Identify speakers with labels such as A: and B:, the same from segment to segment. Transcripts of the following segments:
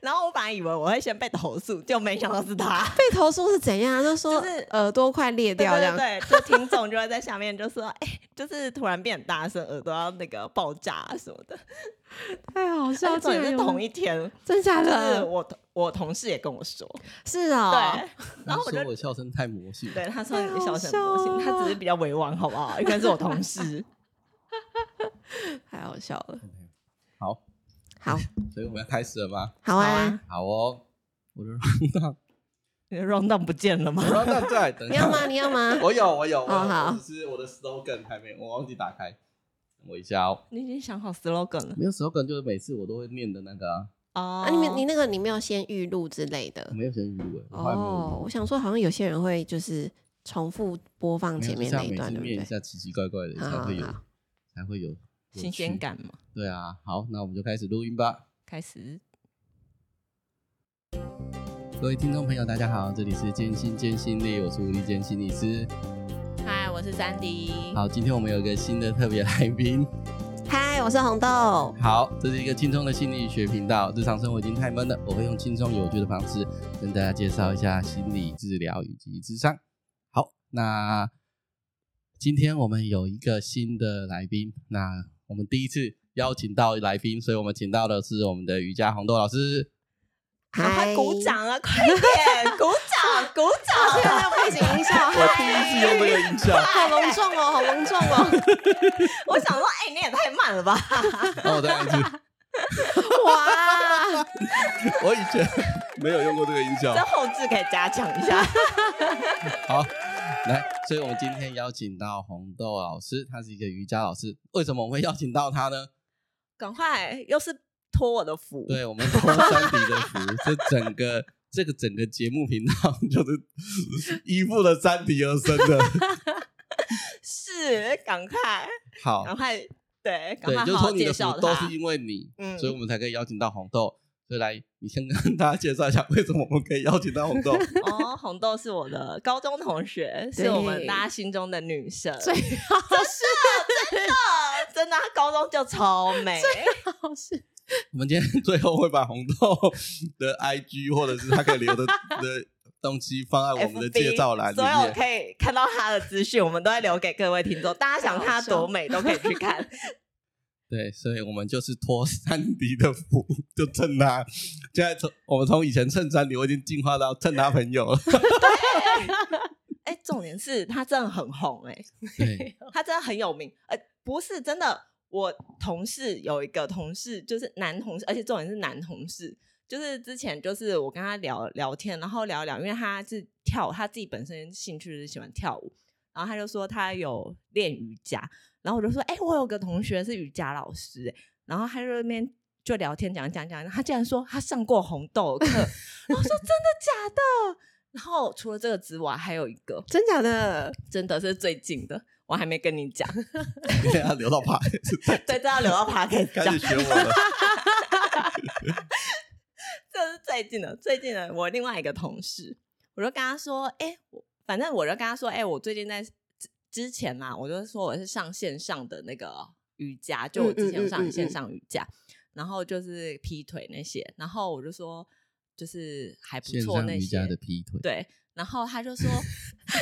A: 然后我本来以为我会先被投诉，就没想到是他。
B: 被投诉是怎样？就说
A: 就是
B: 耳朵快 裂
A: 对
B: 掉这样
A: 对。对，就听众就会在下面就说，哎、就是突然变很大声，耳朵要那个爆炸啊什么的。
B: 太好笑
A: 而且
B: 了！
A: 重点是
B: 竟然啊有啊
A: 同一天，
B: 真假
A: 就是
B: 的？
A: 我同我同事也跟我说，
B: 是哦，
A: 对，然后我就
C: 说我笑声太魔性，
A: 对他说
B: 太
A: 你
B: 好
A: 小声
B: 笑
A: 魔性，他只
B: 了
A: 是比较委婉，好不好？因为是我同事。
B: 太好笑了。
C: 好，
B: 好，
C: 所以我们要开始了吗？
B: 好
A: 好
B: 啊
A: 啊，
C: 好哦， 我的
A: 你的 round down 不见了吗？
C: round down 再来等一
B: 你要
C: 下，
B: 吗？你要吗？
C: 我有我有，我有
B: 哦好
C: 我只是我的 slogan 还没，我忘记打开，等我一下哦。
A: 你已经想好 slogan 了
C: 没有 slogan 就是每次我都会念的那个啊，
A: 哦
B: 啊，你们你那个你没有先预录之类的
C: 我没有先语文，我后来没有语
B: 哦。我想说，好像有些人会就是重复播放
C: 没有
B: 前面
C: 就
B: 那
C: 是要
B: 一段，
C: 每
B: 对
C: 次念一
B: 不对？
C: 下奇奇怪怪的，
B: 好
C: 才会有
B: 好好
C: 才会有有
A: 新鲜
C: 趣。
A: 感嘛，
C: 对啊，好，那我们就开始录音吧。
A: 开始。
C: 各位听众朋友，大家好，这里是艰辛艰辛力，我是吴立坚心理师。
A: 嗨，我是三迪。
C: 好，今天我们有一个新的特别来宾。
B: 嗨，我是红 豆。
C: 好，这是一个轻松的心理学频道，日常生活已经太闷了，我会用轻松有趣的方式跟大家介绍一下心理治疗以及智商。好，那今天我们有一个新的来宾，那我们第一次邀请到来宾，所以我们请到的是我们的瑜伽红豆老师。
A: 赶快
B: 嗨，
A: 鼓！掌啊！快点，鼓掌，鼓
B: 现在
A: 掌！
B: 那个背景音效，嗨，
C: 用这个音效，
B: 好隆重哦，好隆重 哦！
A: 我想说，哎、你也太慢了吧！
C: 哦那我再来一次，
B: 哇，
C: 我以前没有用过这个音效
A: 这后置可以加强一下。
C: 好，来，所以我们今天邀请到红豆老师，他是一个瑜伽老师。为什么我们会邀请到他呢？
A: 赶快，又是托我的福。
C: 对，我们托山迪的福，这整个这个整个节目频道就是 依附了山迪而生的。
A: 是，赶快，
C: 好，
A: 赶快，对，赶
C: 对，
A: 快
C: 就是
A: 好
C: 说
A: 好
C: 你
A: 介
C: 的福
A: 绍
C: 都
A: 他
C: 是。因为你，
A: 嗯
C: 所以我们才可以邀请到红豆。所以来，你先跟大家介绍一下为什么我们可以邀请到红 豆。
A: 哦，红豆是我的高中同学，是我们大家心中的女神。啊
B: 最好
A: 真的，她高中就超美。
B: 好是
C: 我们今天最后会把红豆的 IG 或者是他可以 留的的东西放在我们的
A: FB
C: 介绍栏里
A: 所有
C: 面。
A: 可以看到她的资讯，我们都会留给各位听众。大家想她多美，都可以去看。
C: 对，所以我们就是托山迪的福，就蹭他。现在从我们从以前蹭山迪，我已经进化到蹭他朋友了。
A: 哎，重点是她真的很红，哎，
C: 对，
A: 她真的很有名。呃，不是真的，我同事有一个同事，就是男同事，而且重点是男同事。就是之前就是我跟他聊聊天，然后聊一聊，因为他是跳，他自己本身兴趣是喜欢跳舞，然后他就说他有练瑜伽，然后我就说，哎、我有个同学是瑜伽老师、欸，然后他就在那边就聊天讲讲讲，他竟然说他上过红豆 的课，然后我说真的假的？ 然后除了这个之外，还有一个
B: 真假的？
A: 真的是最近的，我还没跟你讲，
C: 你给他留到怕，
A: 对，这要留 到 p o d c
C: 开始学我了。
A: 这是最近的，最近的我另外一个同事，我就跟他说，哎、我反正我就跟他说，哎、我最近在之之前嘛，我就说我是上线上的那个瑜伽，就我之前有
B: 嗯嗯嗯
A: 上
B: 嗯
A: 线上瑜伽，然后就是劈腿那些，然后我就说就是还不
C: 线
A: 错
C: 上
A: 那
C: 瑜
A: 些
C: 伽，的劈腿，
A: 对，然后他就说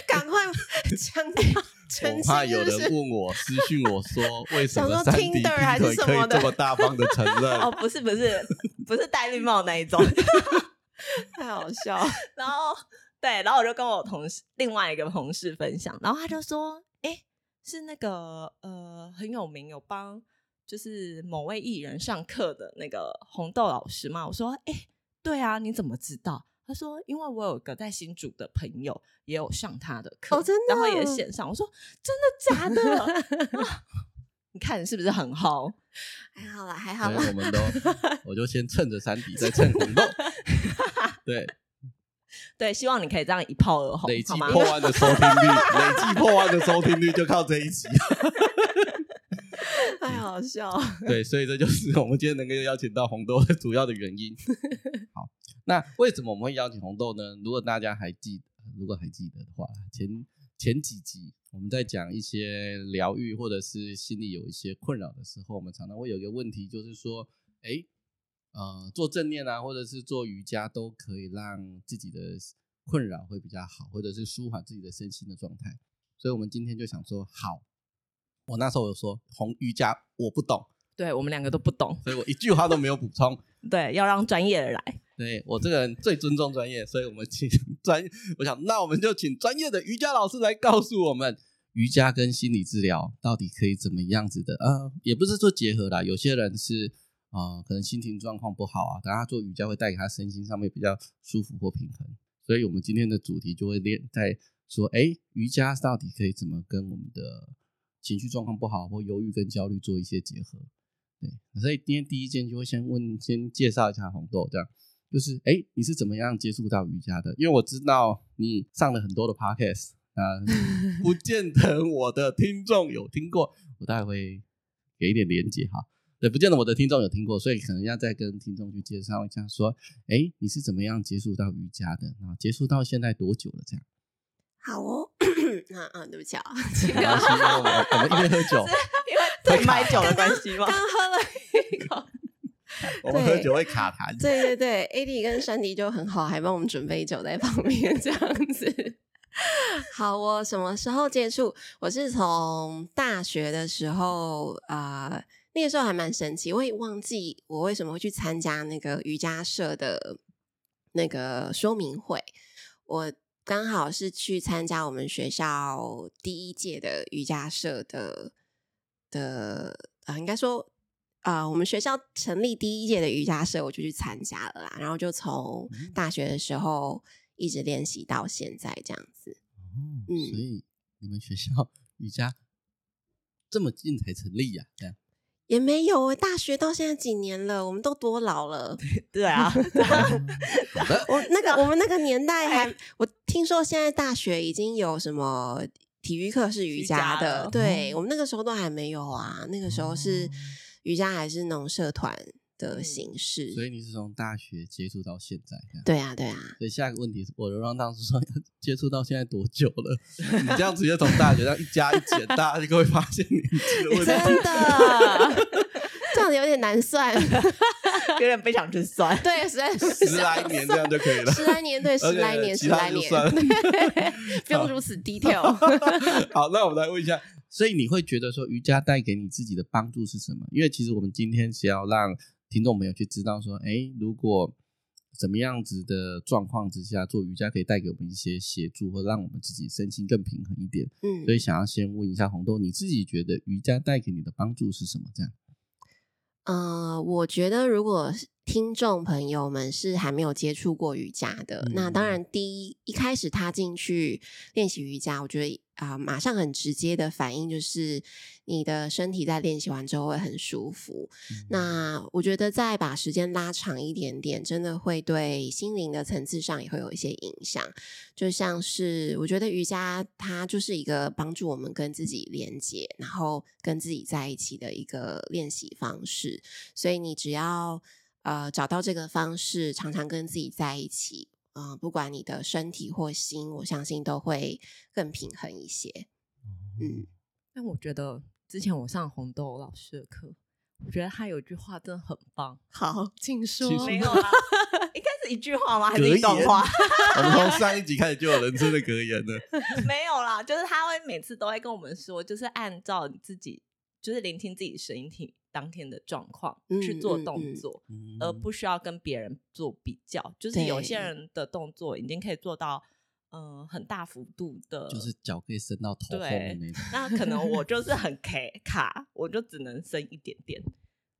B: 赶快讲
C: 我
B: 澄
C: 怕有
B: 清，是
C: 人
B: 不是？
C: 问我私讯我说，为什
B: 想
C: 么
B: 说
C: 山迪劈
B: Tinder 还是
C: 腿
B: 什
C: 可以
B: 么的
C: 这么大方的承认？
A: 哦，不是不 是不是戴绿帽那一种，
B: 太好笑，
A: 然后对，然后我就跟我同事另外一个同事分享，然后他就说：“哎，是那个呃很有名，有帮就是某位艺人上课的那个红豆老师嘛。”我说：“哎，对啊，你怎么知道？”他说：“因为我有个在新竹的朋友也有上他的课，
B: 哦真的
A: 然后也线上。”我说：“真的假的？” 你看是不是很好？
B: 还好啦，还好
C: 所以
B: 啦。
C: 我们都，我就先趁着山迪，再趁红豆。对，
A: 对，希望你可以这样一炮而红
C: 累，积
A: 好吗？
C: 破万的收听率，累计破万的收听率就靠这一集。
B: 太好笑，
C: 对，所以这就是我们今天能够邀请到红豆的主要的原因。好，那为什么我们会邀请红豆呢？如果大家还记得，如果还记得的话，前前几集我们在讲一些疗愈或者是心里有一些困扰的时候，我们常常会有一个问题，就是说，哎，呃做正念啊，或者是做瑜伽，都可以让自己的困扰会比较好，或者是舒缓自己的身心的状态。所以我们今天就想说，好，我那时候有说红瑜伽我不懂，
A: 对我们两个都不懂，
C: 所以我一句话都没有补充。
A: 对，要让专业的来。
C: 对我这个人最尊重专业，所以我们请专，我想那我们就请专业的瑜伽老师来告诉我们，瑜伽跟心理治疗到底可以怎么样子的啊、呃也不是说结合啦，有些人是呃，可能心情状况不好啊，等他做瑜伽会带给他身心上面比较舒服或平衡。所以我们今天的主题就会练在说，哎，瑜伽到底可以怎么跟我们的情绪状况不好或忧郁跟焦虑做一些结合？对，所以今天第一件就会先问，先介绍一下红豆，这样就是哎，诶你是怎么样接触到瑜伽的？因为我知道你上了很多的 podcast 啊、不见得我的听众有听过，我待会给一点连接哈。对，不见得我的听众有听过，所以可能要再跟听众去介绍一下，说，哎，你是怎么样接触到瑜伽的？然后接触到现在多久了？这样，
B: 好哦，啊啊，对不起啊，
C: 没关系因为我们我们一边喝 酒，
A: 因为买酒的关系吗
B: 刚？喝了一口。
C: 我们喝酒会卡痰。
B: 对对对，AD 跟珊迪就很好，还帮我们准备酒在旁边这样子。好，我什么时候接触？我是从大学的时候啊、呃那个时候还蛮神奇，我也忘记我为什么会去参加那个瑜伽社的那个说明会。我刚好是去参加我们学校第一届的瑜伽社的的啊、应该说啊、我们学校成立第一届的瑜伽社，我就去参加了啦。然后就从
C: 嗯
B: 大学的时候一直练习到现在这样子。
C: 哦，
B: 嗯
C: 所以你们学校瑜伽这么近才成立呀、这样
B: 也没有欸，大学到现在几年了，我们都多老了。
A: 对啊，
C: 好的，
B: 我那个我们那个年代还，我听说现在大学已经有什么体育课是瑜
A: 瑜伽
B: 伽的，
A: 了
B: 对我们那个时候都还没有啊，那个时候是
C: 嗯哦
B: 瑜伽还是那种社团的
A: 嗯
B: 形式。
C: 所以你是从大学接触到现在这样。
B: 对啊，对啊，
C: 所以下一个问题是，我流浪当时说接触到现在多久了？你这样直接从大学这样一加一减，大家就会发 现年纪的问题。
B: 真 的，这样子有点难算。
A: 有点不想去算。
B: 对，实 在是
C: 十来年这样就可以了。
B: 十来年，对，十
C: OK，
B: 来 年，
C: 其
B: 十
C: 他
B: 来
C: 就
B: 年，
C: 算了
B: 对 不用如此低调。
C: 好，那我们来问一下，所以你会觉得说瑜伽带给你自己的帮助是什么？因为其实我们今天是要让听众朋友去知道说，哎，如果怎么样子的状况之下做瑜伽可以带给我们一些协助，或让我们自己身心更平衡一点。
B: 嗯
C: 所以想要先问一下红豆，你自己觉得瑜伽带给你的帮助是什么？这样，
B: 呃，我觉得如果是听众朋友们是还没有接触过瑜伽的，那当
C: 嗯
B: 然第一一开始踏进去练习瑜伽，我觉得啊、马上很直接的反应就是你的身体在练习完之后会很舒服。那我觉得再把时间拉长一点点，真的会对心灵的层次上也会有一些影响。就像是我觉得瑜伽它就是一个帮助我们跟自己连接，然后跟自己在一起的一个练习方式。所以你只要呃找到这个方式，常常跟自己在一起，嗯、不管你的身体或心，我相信都会更平衡一些。嗯，
A: 但我觉得之前我上红豆老师的课，我觉得他有一句话真的很棒，
B: 好，请说
C: 其实没有
A: 啦，哦 应该是一句话吗？还是
C: 格
A: 一段
C: 言
A: 话？
C: 我们从上一集开始就有人生的格言 了。
A: 没有啦，就是他会每次都会跟我们说，就是按照你自己，就是聆听自己声音听当天的状况、去
B: 嗯
A: 做
B: 嗯
A: 动
B: 嗯
A: 作，而不需要跟别人做比较。就是
B: 对
A: 有些人的动作已经可以做到，嗯、很大幅度的，
C: 就是脚可以伸到头后面那种。
A: 那可能我就是很 K 卡，我就只能伸一点点。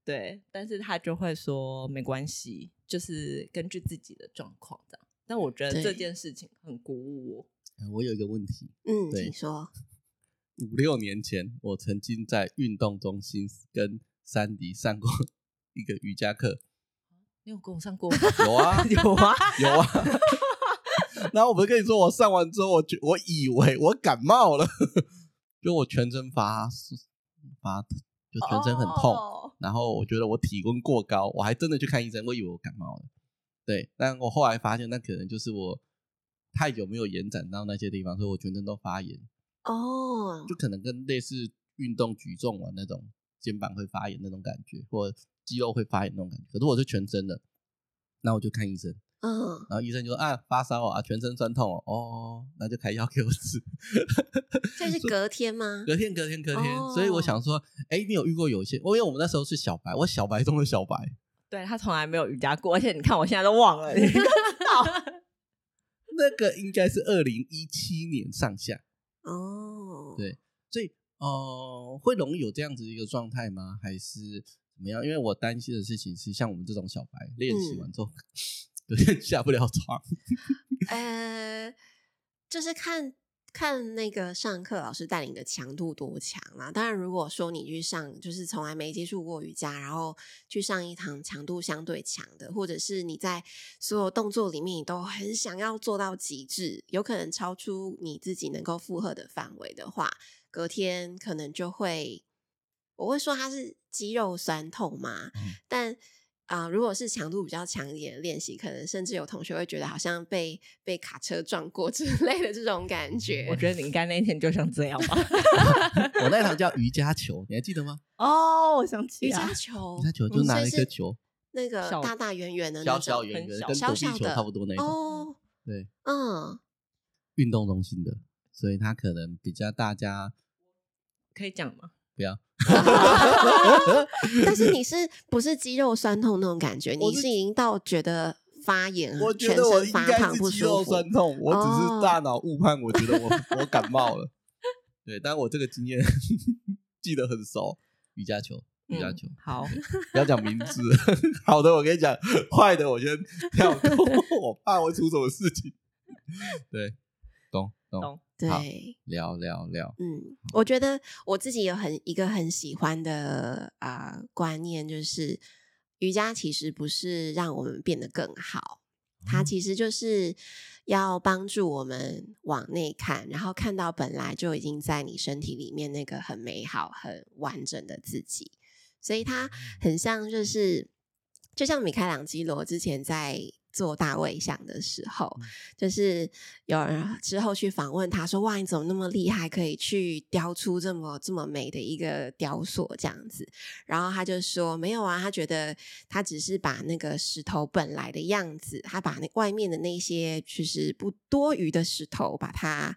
A: 对，但是他就会说没关系，就是根据自己的状况这样。但我觉得这
B: 对
A: 件事情很鼓舞我。
C: 呃我有一个问题，
B: 嗯，
C: 对
B: 请说。
C: 五六年前我曾经在运动中心跟山迪上过一个瑜伽课，
A: 你有跟我上 过
C: 有啊
A: 有啊，
C: 有啊。然后我不是跟你说，我上完之后，我觉我以为我感冒了，就我全身发发，就全身很痛。
A: 哦
C: 然后我觉得我体温过高，我还真的去看医生，我以为我感冒了。对，但我后来发现那可能就是我太久没有延展到那些地方，所以我全身都发炎，
B: 哦，
C: 就可能跟类似运动举重啊那种肩膀会发炎那种感觉，或肌肉会发炎那种感觉。可是我是全身的，那我就看医生，
B: 嗯，
C: 然后医生就说啊发烧啊，全身酸痛哦，哦，那就开药给我吃。
B: 这是隔天吗？
C: 隔天，隔天，隔天。所以
B: 哦
C: 我想说，哎、你有遇过有一些？因为我们那时候是小白，我小白中的小白，
A: 对他从来没有瑜伽过，而且你看我现在都忘了，你都知道。
C: 那个应该是二零一七年上下。
B: 哦，
C: 对所以，呃，会容易有这样子一个状态吗？还是怎么样？因为我担心的事情是，像我们这种小白练习
B: 嗯
C: 完之后， 有点下不了床。
B: 呃，就是看看那个上课老师带领的强度多强啦、当然，如果说你去上就是从来没接触过瑜伽，然后去上一堂强度相对强的，或者是你在所有动作里面你都很想要做到极致，有可能超出你自己能够负荷的范围的话，隔天可能就会，我会说它是肌肉酸痛嘛，
C: 嗯
B: 但啊、呃如果是强度比较强一点的练习，可能甚至有同学会觉得好像被被卡车撞过之类的这种
C: 嗯
B: 感
A: 我
B: 觉。
A: 觉得你应该那天就像这样吧。
C: 我那一堂叫瑜伽球，你还记得吗？
A: 哦，我想
B: 瑜
A: 起来
B: 伽，球，
C: 瑜伽球
B: 嗯
C: 就拿了一
B: 所以
C: 颗
B: 是
C: 球，
B: 那个
A: 小
B: 大大圆圆的那
C: 小
B: 种
C: 小圆圆的，跟
A: 小
C: 躲避
B: 小
C: 球
B: 的
C: 差不多那种。嗯
B: 哦，
C: 对，
B: 嗯，
C: 运动中心的，所以它可能比较大家
A: 可以讲吗？
C: 不要。
B: 但是 你是不是肌肉酸痛那种感觉？
C: 我
B: 你
C: 是
B: 是已经到觉得发炎，
C: 我觉
B: 全
C: 得我
B: 身
C: 应
B: 发
C: 该
B: 烫不
C: 是肌
B: 舒
C: 肉
B: 服
C: 酸。痛，我只
B: 哦
C: 是大脑误判，我觉得我我感冒了。 对，但我这个经验 记得很熟。瑜伽球，瑜
B: 嗯
C: 伽球，
A: 好，
C: 不要讲名字。 好的，我跟你讲，坏的我先跳过， 我怕会出什么事情。 对，懂懂，
A: 懂。
C: 好
B: 对，
C: 聊聊聊，
B: 嗯，我觉得我自己有很一个很喜欢的啊、呃观念，就是瑜伽其实不是让我们变得更好，它其实就是要帮助我们往内看，然后看到本来就已经在你身体里面那个很美好、很完整的自己。所以它很像就是，就像米开朗基罗之前在做大卫像的时候，就是有人之后去访问他说：“哇，你怎么那么厉害，可以去雕出这么这么美的一个雕塑这样子？”然后他就说：“没有啊，他觉得他只是把那个石头本来的样子，他把那外面的那些就是不多余的石头，把它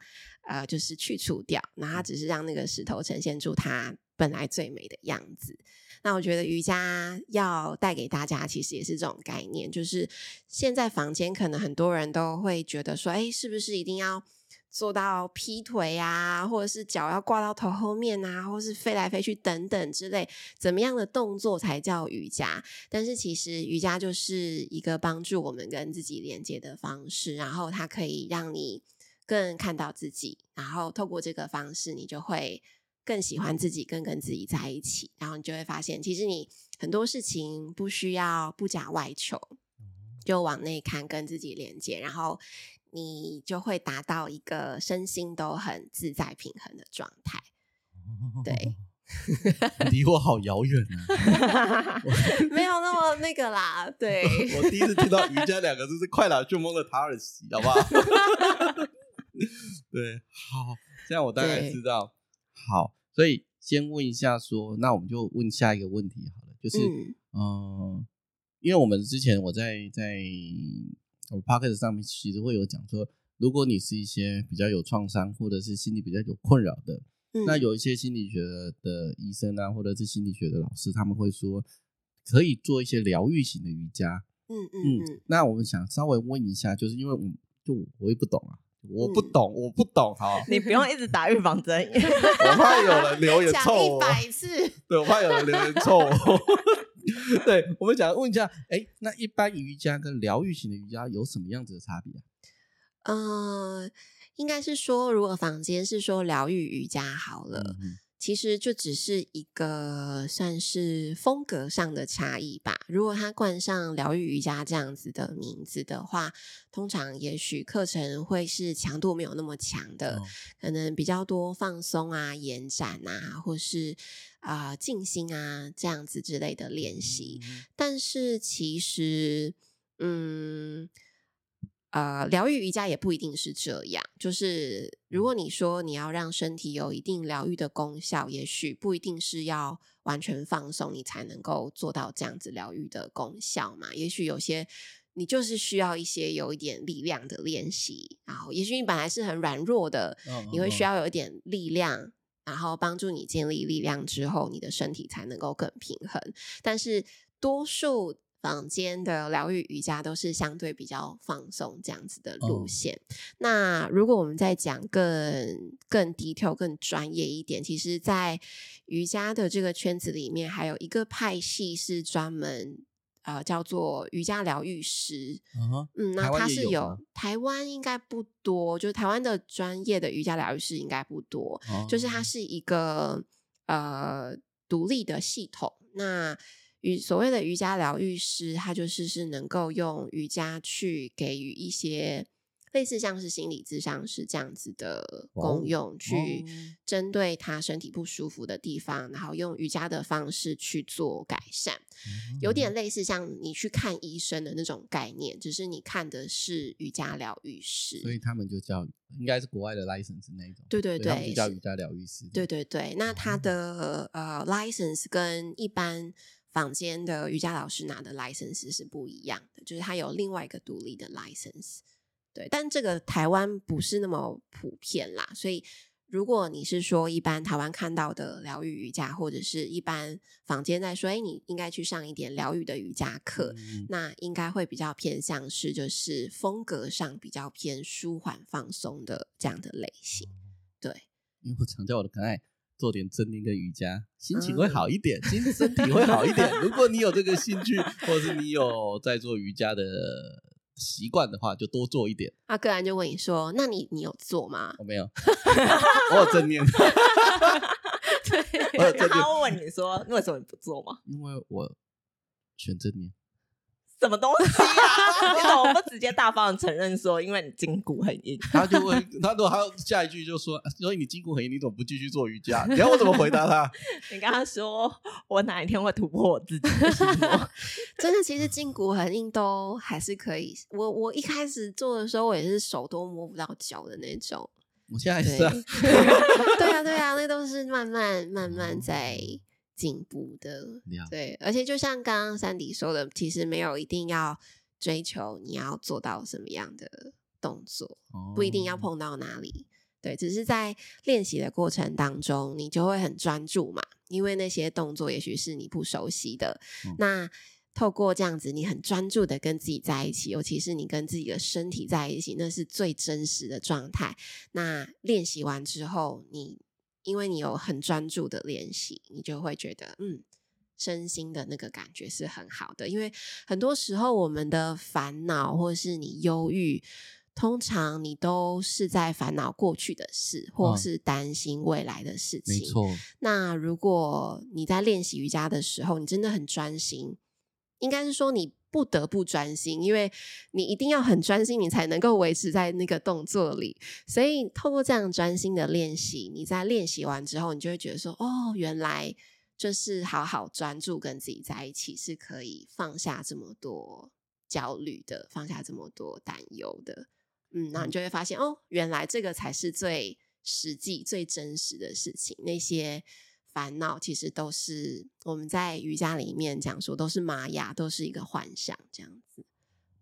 B: 呃就是去除掉，然后他只是让那个石头呈现出它本来最美的样子。”那我觉得瑜伽要带给大家，其实也是这种概念，就是现在房间可能很多人都会觉得说，哎，是不是一定要做到劈腿啊，或者是脚要挂到头后面啊，或是飞来飞去等等之类，怎么样的动作才叫瑜伽？但是其实瑜伽就是一个帮助我们跟自己连接的方式，然后它可以让你更看到自己，然后透过这个方式，你就会更喜欢自己，更跟自己在一起，然后你就会发现，其实你很多事情不需要不假外求，
C: 哦
B: 就往内看，跟自己连接，然后你就会达到一个身心都很自在平衡的状态。 对，
C: 离我好遥远啊！
B: 没有那么那个啦，对。
C: 我第一次听到瑜伽两个字是快打旋风的塔尔西，好不 好？对，好，这样我大概
B: 对
C: 知道。好，所以先问一下说，那我们就问下一个问题好了， 就是
B: 嗯
C: 嗯、呃因为我们之前我在在我 p o c k e t 上面其实会有讲说，如果你是一些比较有创伤或者是心理比较有困扰的，
B: 嗯
C: 那有一些心理学的医生啊，或者是心理学的老师，他们会说可以做一些疗愈型的瑜伽。
B: 嗯嗯
C: 嗯
B: 嗯，
C: 那我们想稍微问一下，就是因为我就我也不懂啊，我不
B: 嗯
C: 懂，我不懂， 好，
A: 你不用一直打预防 针，
C: 我怕有人留言
B: 讲
C: 臭哦
B: 一
C: 我，
B: 百次，
C: 对我怕有人留言臭 我。对，我们想问一下，哎，那一般瑜伽跟疗愈型的瑜伽有什么样子的差别啊？
B: 呃，应该是说，如果房间是说疗愈瑜伽好了，
C: 嗯
B: 其实就只是一个算是风格上的差异吧。如果它冠上疗愈瑜伽这样子的名字的话，通常也许课程会是强度没有那么强的，
C: 哦
B: 可能比较多放松啊、延展啊，或是啊、呃静心啊这样子之类的练习。但是其实，嗯，呃，疗愈瑜伽也不一定是这样。就是如果你说你要让身体有一定疗愈的功效，也许不一定是要完全放松，你才能够做到这样子疗愈的功效嘛。也许有些你就是需要一些有一点力量的练习，然后也许你本来是很软弱的，
C: 嗯
B: 你会需
C: 嗯
B: 要有一点力量，然后帮助你建立力量之后，你的身体才能够更平衡。但是多数坊间的疗愈瑜伽都是相对比较放松这样子的路
C: 嗯
B: 线。那如果我们再讲更更 detail、更专业一点，其实，在瑜伽的这个圈子里面，还有一个派系是专门。呃，叫做瑜伽疗愈师，
C: 嗯哼
B: 嗯，
C: 台
B: 那
C: 湾
B: 它
C: 也
B: 是
C: 有吗
B: 有台湾应该不多，就是台湾的专业的瑜伽疗愈师应该不多，
C: 哦
B: 就是它是一个呃独立的系统。那瑜所谓的瑜伽疗愈师，他就是是能够用瑜伽去给予一些类似像是心理咨商师这样子的
C: 哇哦
B: 功用，去
C: 哦
B: 针对他身体不舒服的地方，然后用瑜伽的方式去做改善。
C: 嗯
B: 有点类似像你去看医生的那种概念，只是你看的是瑜伽疗愈师。
C: 所以他们就叫应该是国外的 license 那一种，
B: 对对
C: 所以他们
B: 对
C: 就叫
B: 是
C: 瑜伽疗愈师，嗯
B: 对对对，那他的呃 license 跟一般坊间的瑜伽老师拿的 license 是不一样的，就是他有另外一个独立的 license。对，但这个台湾不是那么普遍啦，所以如果你是说一般台湾看到的疗愈瑜伽，或者是一般坊间在说，哎，你应该去上一点疗愈的瑜伽课，
C: 嗯，
B: 那应该会比较偏向是就是风格上比较偏舒缓放松的这样的类型。对，
C: 因为我常叫我的可爱做点正念跟瑜伽，心情
B: 嗯
C: 会好一点，心身体会好一点。如果你有这个兴趣，或者是你有在做瑜伽的习惯的话，就多做一点。
B: 那个人就问你说：“那你你有做吗
C: 我没有， 我有正念，我有正
A: 然
C: 念，
A: 后问你说为什么你不做吗？
C: 因为我选正念。
A: 什么东西啊？你怎么不直接大方地承认说，因为你筋骨很硬？
C: 他就会，他如果他下一句就说，所以你筋骨很硬，你怎么不继续做瑜伽？你要我怎么回答他？
A: 你跟他说我哪一天会突破我自己的心魔？？”
B: 真的，其实筋骨很硬都还是可以。我我一开始做的时候，我也是手都摸不到脚的那种。
C: 我现在
B: 对
C: 是、啊，，
B: 对啊，对啊，那都是慢慢慢慢在进步的。
C: 哦了
B: 对，而且就像刚刚珊迪说的，其实没有一定要追求你要做到什么样的动作。不一定要
C: 哦
B: 碰到哪里。对，只是在练习的过程当中，你就会很专注嘛，因为那些动作也许是你不熟悉的。
C: 嗯
B: 那透过这样子，你很专注的跟自己在一起，尤其是你跟自己的身体在一起，那是最真实的状态。那练习完之后，你因为你有很专注的练习，你就会觉得嗯。身心的那个感觉是很好的，因为很多时候我们的烦恼或是你忧郁，通常你都是在烦恼过去的事，或
C: 嗯
B: 是担心未来的事
C: 没
B: 情。
C: 错，
B: 那如果你在练习瑜伽的时候，你真的很专心，应该是说你不得不专心，因为你一定要很专心，你才能够维持在那个动作里。所以透过这样专心的练习，你在练习完之后，你就会觉得说，哦，原来就是好好专注跟自己在一起，是可以放下这么多焦虑的，放下这么多担忧的。嗯，那你就会发现哦，原来这个才是最实际、最真实的事情。那些烦恼其实都是我们在瑜伽里面讲说，都是玛雅，都是一个幻想这样子。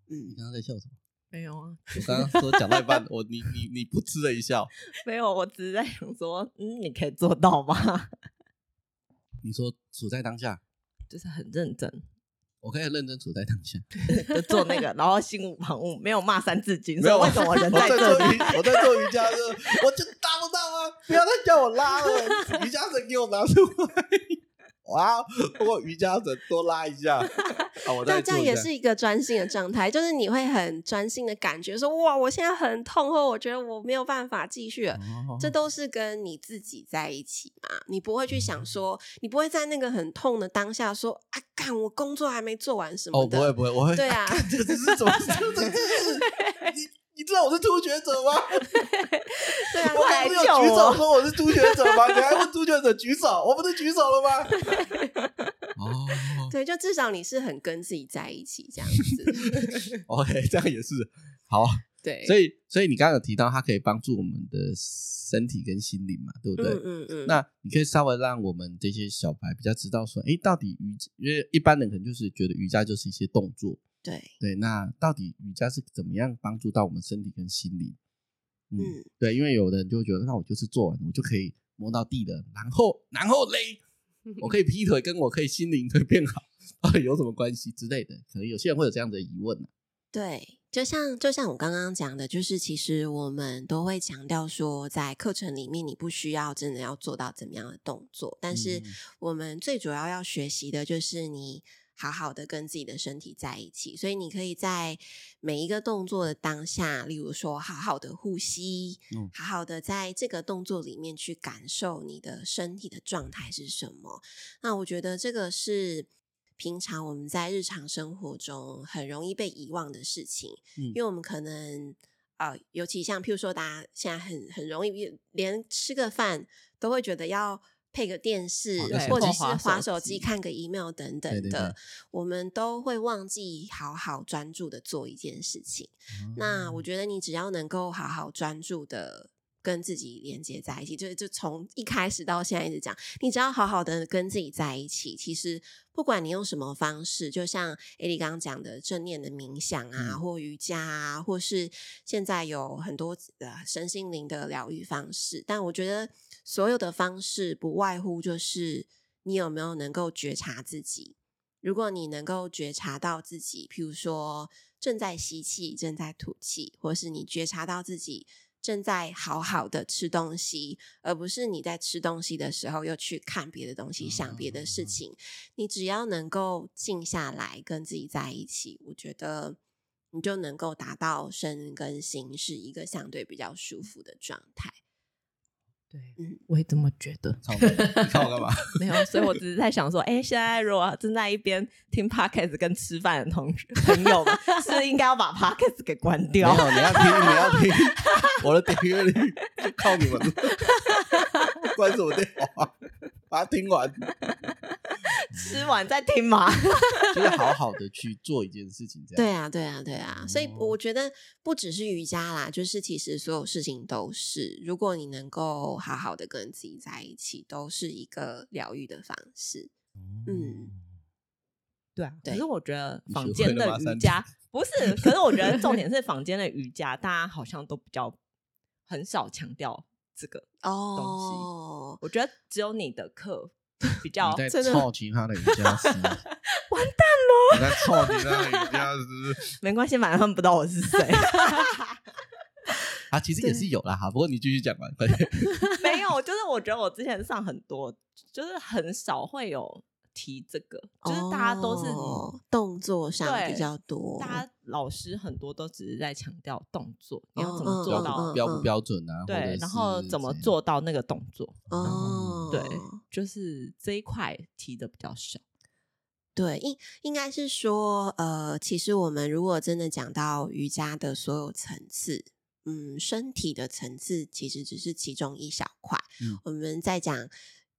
C: 你
B: 嗯，
C: 刚刚在笑什么？
A: 没有啊，
C: 我刚刚说讲到一半，我你你你不吃了一笑，
A: 没有，我只是在想说，嗯，你可以做到吗？
C: 你说处在当下，
A: 就是很认真
C: 我可以认真处在当下，
A: 的做那个，然后心无旁骛，没有骂三字经，
C: 没有
A: 所以为什么人
C: 我
A: 在这
C: 在做
A: 里？
C: 瑜，我在做瑜伽的时候，我就达不到啊！ 不要再叫我拉了，瑜伽绳给我拿出来！哇，我瑜伽绳多拉一 下啊！我
B: 那这
C: 再做
B: 样
C: 一
B: 也
C: 下
B: 是一个专心的状态，就是你会很专心的感觉说，哇，我现在很痛，或我觉得我没有办法继续了。
C: 哦
B: 这都是跟你自己在一起嘛，你不会去
C: 嗯
B: 想说，你不会在那个很痛的当下说啊，干我工作还没做完什么
C: 哦，不
B: 的，
C: 会不会，我会
B: 对啊，
C: 这个这是怎么？这个这是你你知道我是初学者吗？
B: 对啊，
C: 我
A: 快来
C: 刚不是有
A: 救
C: 举手
A: 我
C: 说我是初学者吗？你还问初学者举手？我不是举手了吗？ 哦
B: 对，就至少你是很跟自己在一起这样子。
C: ，OK，这样也是。好，
B: 对，
C: 所
B: 以
C: 以所以你刚刚有提到它可以帮助我们的身体跟心灵嘛，对不对？
B: 嗯嗯嗯，
C: 那你可以稍微让我们这些小白比较知道说，诶，到底瑜，因为一般人可能就是觉得瑜伽就是一些动作，
B: 对，
C: 对，那到底瑜伽是怎么样帮助到我们身体跟心灵？嗯，
B: 嗯
C: 对，因为有的人就会觉得，那我就是做完我就可以摸到地了，然后然后 嘞，我可以劈腿，跟我可以心灵 会变好，到底有什么关系之类的？可能有些人会有这样的疑问啊。
B: 对，就像就像我刚刚讲的，就是其实我们都会强调说，在课程里面你不需要真的要做到怎么样的动作，但是
C: 嗯
B: 我们最主要要学习的就是你好好的跟自己的身体在一起，所以你可以在每一个动作的当下，例如说好好的呼吸，
C: 嗯
B: 好好的在这个动作里面去感受你的身体的状态是什么。那我觉得这个是平常我们在日常生活中很容易被遗忘的事情，
C: 嗯
B: 因为我们可能呃，尤其像譬如说，大家现在很很容易连吃个饭都会觉得要配个电视，
C: 要
A: 手
B: 或者
A: 机
B: 是
A: 或滑
B: 滑
A: 手
B: 手
A: 机
B: 机、看个 email 等等的，
C: 哦对对对
B: 我们都会忘记好好专注的做一件事情。
C: 嗯
B: 那
C: 哦
B: 我觉得你只要能够好好专注的跟自己连接在一起，就是就从一开始到现在一直讲，你只要好好的跟自己在一起，其实不管你用什么方式，就像艾莉刚刚讲的正念的冥想啊，
C: 嗯
B: 或瑜伽啊，或是现在有很多呃身心灵的疗愈方式，但我觉得所有的方式不外乎就是你有没有能够觉察自己，如果你能够觉察到自己，譬如说正在吸气、正在吐气，或是你觉察到自己正在好好的吃东西，而不是你在吃东西的时候又去看别的东西、想别的事情，你只要能够静下来跟自己在一起，我觉得你就能够达到身跟心是一个相对比较舒服的状态。
A: 对，
B: 嗯
A: 我也这么觉得。
C: 操你你看我干嘛？
A: 没有，所以我只是在想说，哎、现在如果正在一边听 podcast 跟吃饭的同学朋友 们，是不是应该要把 podcast 给关
C: 没
A: 掉？
C: 有，你要听，你要听，我的点阅率就靠你们 了，关什么电话？把它听完，
A: 吃完再听嘛。
C: 就是好好的去做一件事情，这样
B: 对啊，对啊，对啊，所以
C: 哦
B: 我觉得不只是瑜伽啦，就是其实所有事情都是，如果你能够好好的跟自己在一起，都是一个疗愈的方式。嗯
A: 对啊，
B: 对
A: 可是我觉得
C: 你
A: 坊
C: 学
A: 间
C: 会了
A: 的
C: 吗
A: 瑜
C: 三
A: 伽不是，可是我觉得重点是坊间的瑜伽，大家好像都比较很少强调这个。
B: 哦，
A: 我觉得只有你的课比较
C: 你在
B: 真的
C: 臭其他的瑜伽师，完蛋了！你在臭其他的瑜伽师
A: 没关系，反正他们不知道我是 谁。
C: 啊，其实也是有啦哈。不过你继续讲吧，快点。
A: 没有，就是我觉得我之前上很多，就是很少会有提这个， 就是大家都是、
B: 哦动作上比
A: 对
B: 较多，
A: 大家老师很多都只是在强调动作，你要
B: 嗯
A: 怎么
B: 嗯
A: 做
B: 嗯
A: 到、
B: 嗯
C: 标不标准啊？或者
A: 对，
C: 是
A: 然后怎么做到那个动作，嗯
B: 哦，
A: 对，就是这一块提的比较少。
B: 对，应应该是说，呃，其实我们如果真的讲到瑜伽的所有层次，嗯，身体的层次其实只是其中一小块。
C: 嗯
B: 我们在讲，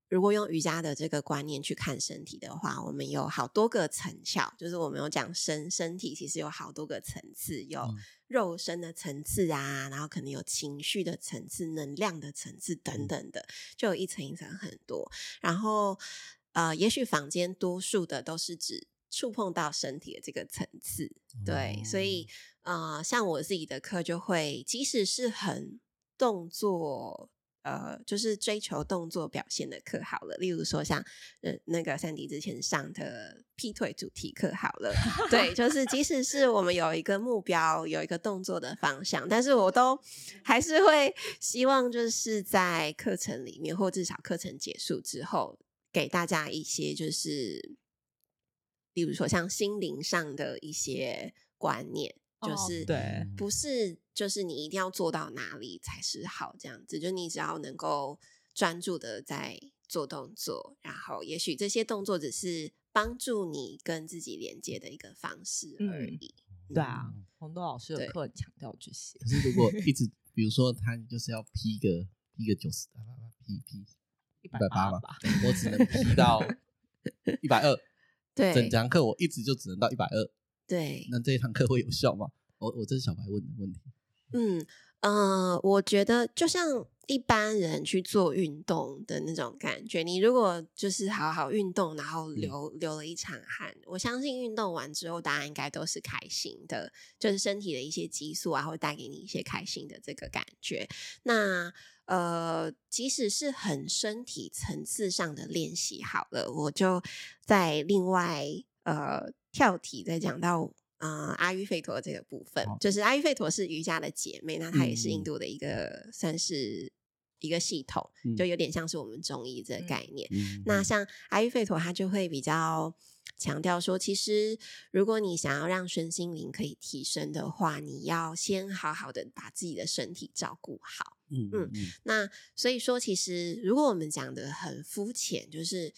B: 如果用瑜伽的这个观念去看身体的话，我们有好多个层效，就是我们有讲身身体其实有好多个层次，有
C: 嗯
B: 肉身的层次啊，然后可能有情绪的层次、能量的层次
C: 嗯
B: 等等的，就有一层一层很多。然后呃，也许坊间多数的都是指触碰到身体的这个层次，对，所以呃，像我自己的课就会，即使是很动作。呃，就是追求动作表现的课好了，例如说像呃那个三迪之前上的劈腿主题课好了，对，就是即使是我们有一个目标，有一个动作的方向，但是我都还是会希望就是在课程里面，或至少课程结束之后，给大家一些就是，例如说像心灵上的一些观念，就
A: 哦
B: 是
C: 嗯
A: 对
B: 不是就是你一定要做到哪里才是好这样子，就你只要能够专注的在做动作，然后也许这些动作只是帮助你跟自己连接的一个方式而
A: 嗯
B: 已。
A: 对啊，红豆老师
B: 对
A: 有课很强调这些
C: 可。是如果一直，比如说他就是要劈个劈个九十，啊劈劈
A: 一
C: 一百八嘛
A: 吧，，
C: 嗯我只能劈到 一百二。
B: 对
C: 整堂课我一直就只能到一百二，
B: 对
C: 那这一堂课会有效吗？我我这是小白问的问题。
B: 嗯呃，我觉得就像一般人去做运动的那种感觉，你如果就是好好运动，然后流、流了一场汗，我相信运动完之后大家应该都是开心的，就是身体的一些激素啊，会带给你一些开心的这个感觉。那呃，即使是很身体层次上的练习好了，我就在另外呃跳题再讲到。啊、阿育吠陀这个部分
C: 好，
B: 就是阿育吠陀是瑜伽的姐妹，那它也是
C: 嗯
B: 印度的一个、算是一个系统，
C: 嗯
B: 就有点像是我们中医这个概念。
C: 嗯
B: 那像阿育吠陀，它就会比较强调说，其实如果你想要让身心灵可以提升的话，你要先好好的把自己的身体照顾好。
C: 嗯
B: 嗯那所以说，其实如果我们讲的很肤浅，就是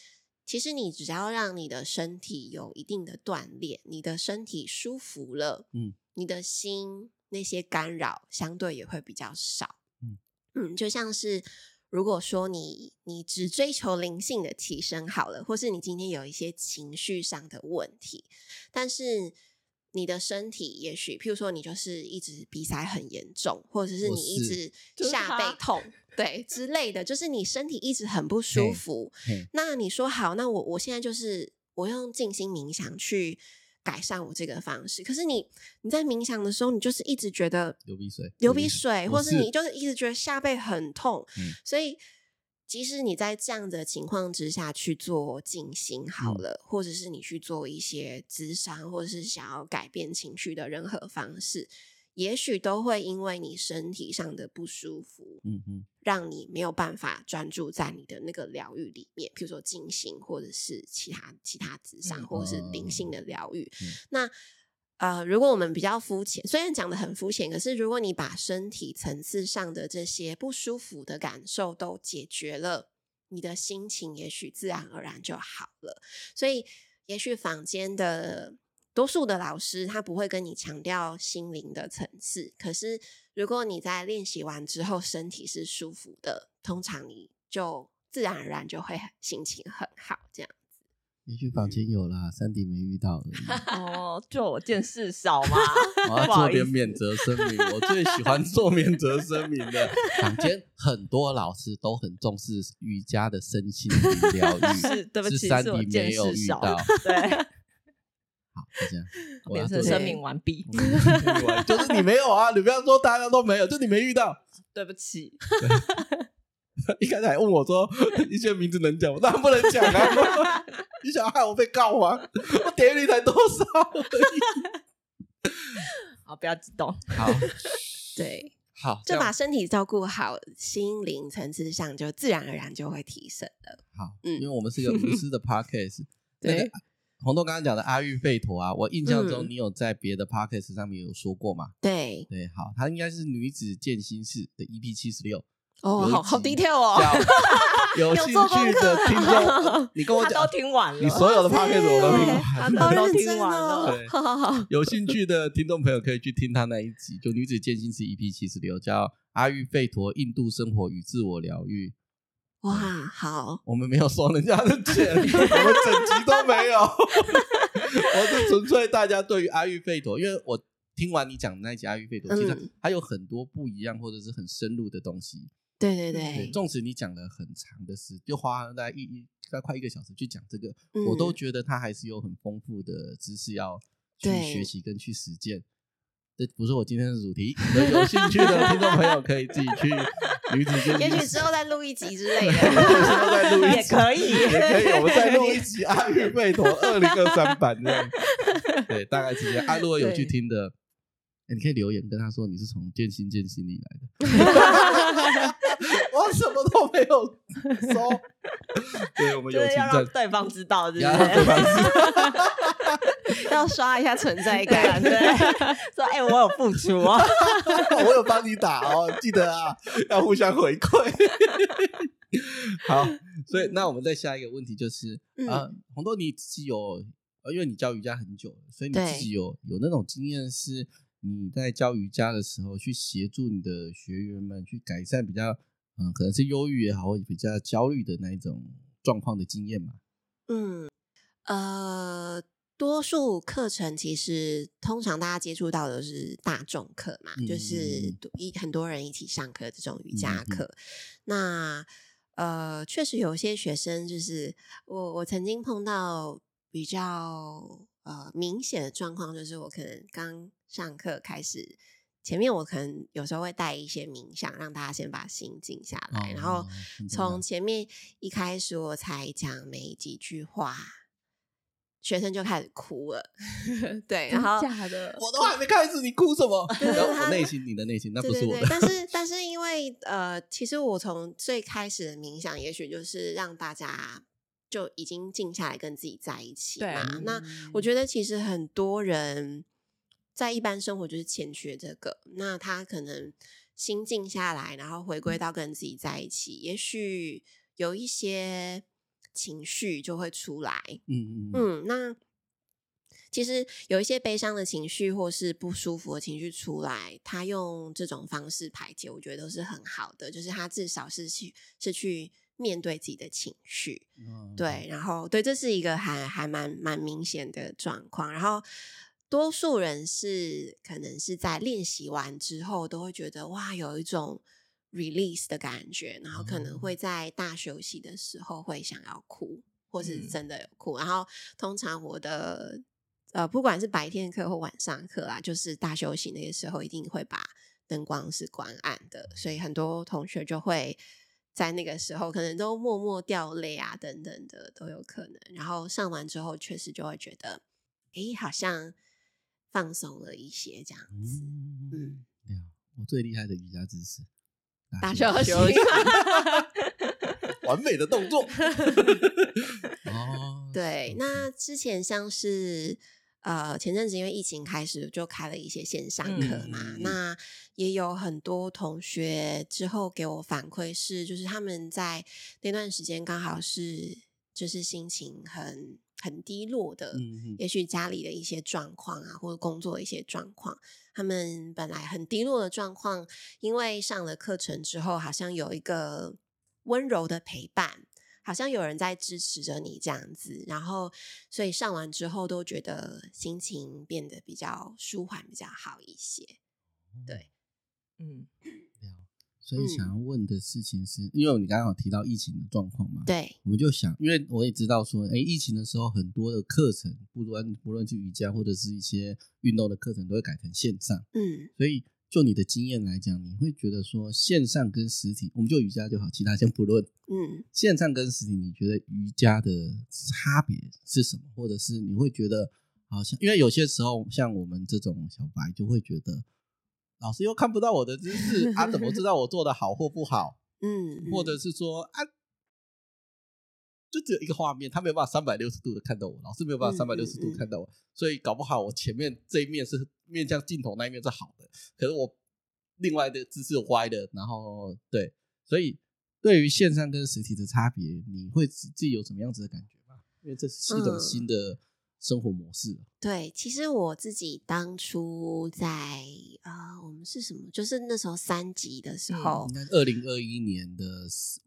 B: 其实你只要让你的身体有一定的锻炼，你的身体舒服了，
C: 嗯，
B: 你的心那些干扰相对也会比较少。
C: 嗯
B: 嗯，就像是如果说你你只追求灵性的提升好了，或是你今天有一些情绪上的问题，但是。你的身体也许，譬如说你就是一直鼻塞很严重，或者是
C: 我
B: 你一
C: 是
B: 直
A: 就是
B: 下
A: 他
B: 背 痛，对之类的，就是你身体一直很不舒
C: 嘿
B: 服。
C: 嘿
B: 那你说好，那我我现在就是我用静心冥想去改善我这个方式。可是你你在冥想的时候，你就是一直觉得
C: 流鼻水，
B: 流鼻水，
C: 我
B: 或是你就是一直觉得下背很痛，
C: 嗯
B: 所以。即使你在这样的情况之下去做静心好
C: 嗯
B: 了，或者是你去做一些咨商，或者是想要改变情绪的任何方式，也许都会因为你身体上的不舒服，
C: 嗯嗯
B: 让你没有办法专注在你的那个疗愈里面，譬如说静心，或者是其他其他之上，
A: 嗯
B: 或者是灵性的疗愈。
C: 嗯
B: 那呃，如果我们比较肤浅，虽然讲的很肤浅，可是如果你把身体层次上的这些不舒服的感受都解决了，你的心情也许自然而然就好了。所以，也许坊间的多数的老师他不会跟你强调心灵的层次，可是如果你在练习完之后身体是舒服的，通常你就自然而然就会很心情很好。这样，
C: 也许房间有啦，山顶没遇到 而已。，
A: 哦，就我见识少嘛
C: 我要
A: 不好
C: 做
A: 意
C: 点
A: 思
C: 免责声明，我最喜欢做免责声明的。坊间很多老师都很重视瑜伽的身心灵疗愈，
A: 是对不起，
C: 山
A: 是我
C: 迪没
A: 见
C: 有
A: 识
C: 遇
A: 少
C: 到。。
A: 对，
C: 好，就这样，我要
A: 免
C: 嗯做
A: 责
B: 对
A: 声明完毕，
C: 我要做声明完 就是你没有啊，你不要说大家都没有，就你没遇到。
A: 对不起，
C: 一开始还问我说 一些名字能讲吗，我当然不能讲啊！ 你想害我被告吗？ 我点阅率才多少而已？
A: 好，不要激动。
C: 好
B: 对，
C: 好，这
B: 就
C: 样
B: 把身体照顾好，心灵层次上就自然而然就会提升了。
C: 好，
B: 嗯
C: 因为我们是一个无私的 podcast，那 个
B: 对
C: 红豆刚刚讲的阿育吠陀啊，我印象中
B: 嗯
C: 你有在别的 podcast 上面有说过嘛？
A: 哦
B: 对，
C: 对，好，它应该是女子健心室的 EP 七十六，
B: 哦，
C: 有一
B: 好好
C: 集
B: detail 哦，
C: 叫有兴趣的听众，你跟我
A: 他
C: 讲
A: 都，听完了，
C: 你所有的 podcast 我都听
A: 对他
C: 完 了。
A: 都
B: 好认
A: 听
B: 真
A: 完
B: 哦
A: 了
C: 对
B: 好好好，
C: 有兴趣的听众朋友可以去听他那一集，就《女子健心室》EP 七十六，叫《阿育吠陀：印度生活与自我疗愈》。
B: 哇，好，
C: 我们没有收人家的 钱，我们整集都没有。我是纯粹大家对于阿育吠陀，因为我听完你讲的那一集阿育吠陀，
B: 嗯
C: 其实它有很多不一样或者是很深入的东西。
B: 对对
C: 对，
B: 对，
C: 纵使你讲了很长的时，就花了大概一一大概快一个小时去讲这个，
B: 嗯
C: 我都觉得它还是有很丰富的知识要去
B: 对
C: 学习跟去实践。这不是我今天的主题，所以有兴趣的听众朋友可以自己去女子间。
B: 也许之 后再录一集之类
C: 有
B: 的。
C: 时候再录一集
A: 也可以
C: 也可以，我们再录一集《阿育吠陀二零二三版》这样。对，大概是这样。啊，如果有去听的，诶你可以留言跟他说你是从建新建心里来的。我什么都没有收。对，我们
A: 就
C: 友
A: 是
C: 情
A: 要
C: 赞
A: 让。对方知道，对
C: 然
A: 不
C: 后
A: 对？
C: 对方是
B: 要刷一下存在
A: 对啊
B: 感，
A: 对，说哎，我有付出哦，
C: 我有帮你打哦，记得啊， 要互相回馈。好，所以那我们再下一个问题就是，
B: 嗯
C: 啊，红豆你自己有，呃因为你教瑜伽很久了，所以你
B: 对
C: 自己有有那种经验，是你在教瑜伽的时候去协助你的学员们去改善比较，嗯、可能是忧郁也好，或者比较焦虑的那一种状况的经验嘛？
B: 嗯，呃，多数课程其实通常大家接触到的是大众课嘛，就
C: 嗯
B: 是
C: 嗯嗯
B: 多一很多人一起上课这种瑜伽
C: 嗯嗯嗯
B: 课。那呃，确实有些学生就是我我曾经碰到比较呃明显的状况，就是我可能刚上课开始。前面我可能有时候会带一些冥想，让大家先把心静下来，
C: 哦
B: 然后
C: 很重要
B: 从前面一开始我才讲没几句话，学生就开始哭了。 对，然后
A: 假的，
C: 我都还没开始，你哭 什么？然后我内心，你的内心，那
B: 对
C: 不是
B: 对
C: 我
B: 对，
C: 的。
B: 但是但是因为呃，其实我从最开始的冥想，也许就是让大家就已经静下来跟自己在一起
A: 对
C: 啊
B: 嘛。那我觉得其实很多人在一般生活就是欠缺这个，那他可能心静下来，然后回归到跟自己在一起，也许有一些情绪就会出来。
C: 嗯嗯嗯
B: 嗯，那其实有一些悲伤的情绪或是不舒服的情绪出来，他用这种方式排解，我觉得都是很好的，就是他至少是去是去面对自己的情绪。
C: 嗯，
B: 对，然后对，这是一个还还蛮蛮明显的状况。然后多数人是可能是在练习完之后，都会觉得哇，有一种 release 的感觉，然后可能会在大休息的时候会想要哭，或是
A: 嗯
B: 真的有哭。然后通常我的呃，不管是白天课或晚上课啊，就是大休息那个时候，一定会把灯光是关暗的，所以很多同学就会在那个时候可能都默默掉泪啊，等等的都有可能。然后上完之后，确实就会觉得，诶，好像放松了一些这样子。
C: 嗯，
B: 嗯，
C: 嗯对啊我最厉害的瑜伽姿势，
B: 大
C: 休
B: 休息，
C: 完美 的动作。哦，
B: 对，那之前像是呃前阵子因为疫情开始就开了一些线上课嘛，
C: 嗯
B: 那也有很多同学之后给我反馈是，就是他们在那段时间刚好是就是心情很很低落的，
C: 嗯嗯
B: 也许家里的一些状况啊，或者工作的一些状况，他们本来很低落的状况，因为上了课程之后，好像有一个温柔的陪伴，好像有人在支持着你这样子，然后所以上完之后都觉得心情变得比较舒缓，比较好一些。对，嗯
A: 嗯，
C: 所以想要问的事情是，因为你刚刚有提到疫情的状况嘛，
B: 对，
C: 我们就想，因为我也知道说，哎，疫情的时候很多的课程，不论不论是瑜伽或者是一些运动的课程，都会改成线上。
B: 嗯
C: 所以就你的经验来讲，你会觉得说线上跟实体，我们就瑜伽就好，其他先不论。
B: 嗯。
C: 线上跟实体，你觉得瑜伽的差别是什么？或者是你会觉得好像，因为有些时候像我们这种小白就会觉得，老师又看不到我的姿势啊，怎么知道我做的好或不好？
B: 嗯，
C: 或者是说啊，就只有一个画面，他没有办法三百六十度的看到我，老师没有办法三
B: 嗯
C: 百
B: 嗯
C: 六十度
B: 嗯
C: 看到我，所以搞不好我前面这一面是面向镜头那一面是好的，可是我另外的姿势是歪的，然后对，所以对于线上跟实体的差别，你会自己有什么样子的感觉吗？因为这是一种
B: 嗯
C: 新的生活模式了，
B: 对，其实我自己当初在啊、我们是什么？就是那时候三级的时
A: 嗯
B: 候
C: 应，该二零二一年的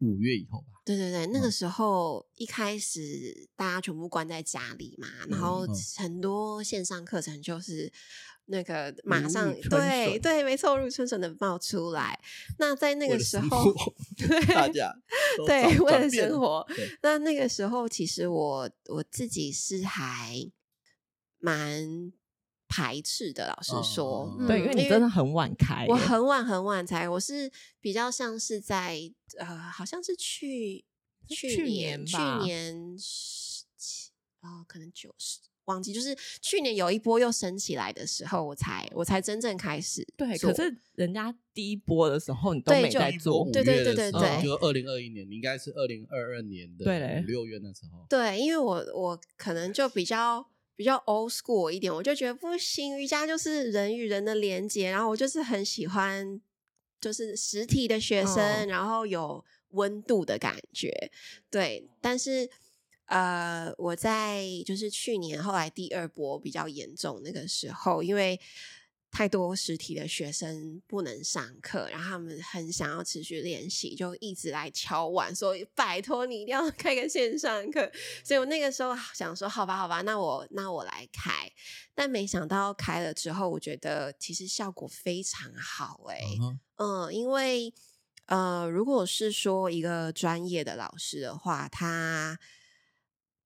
C: 五月以后吧。
B: 对对对，那
C: 嗯
B: 个时候一开始大家全部关在家里嘛，
C: 嗯
B: 然后
C: 嗯
B: 很多线上课程就是那个马
C: 如
B: 上
C: 春
B: 对
C: 笋
B: 对，没错，入春笋的冒出来。那在那
C: 为
B: 个
C: 了
B: 时
C: 生
B: 候，
C: 活大
B: 对
C: 家都
B: 对，
C: 转
B: 为
C: 转
B: 了
C: 变
B: 生活，
C: 对
B: 那那个时候，其实我我自己是还蛮排斥的，老实
C: 哦
B: 说，
C: 嗯
A: 对，因为你真的很晚开耶，
B: 我很晚很晚才，我是比较像是在呃，好像是去去
A: 去
B: 年
A: 年
B: 去
A: 吧
B: 年十七哦，可能九十忘记，就是去年有一波又升起来的时候，我才我才真正开始
A: 对，可
B: 做
A: 是人家第一波的时候你都
B: 对
A: 没
B: 就
A: 在做
C: 五，
B: 对
C: 月
B: 对对
C: 的
B: 对
C: 时候
B: 对
C: 就二零二一年，你应该是二零二二年的
A: 对嘞
C: 五六月那时候。
B: 对，因为我我可能就比较比较 old school 一点，我就觉得不行，瑜伽就是人与人的连接，然后我就是很喜欢就是实体的学生，
A: 嗯
B: 然后有温度的感觉，对，但是。呃，我在就是去年后来第二波比较严重那个时候，因为太多实体的学生不能上课，然后他们很想要持续练习，就一直来敲碗说：“拜托你一定要 开个线上课。”所以我那个时候想说：“好吧，好吧，那我那我来开。”但没想到开了之后，我觉得其实效果非常好、欸，诶、
C: 嗯哼
B: 嗯，因为呃，如果是说一个专业的老师的话，他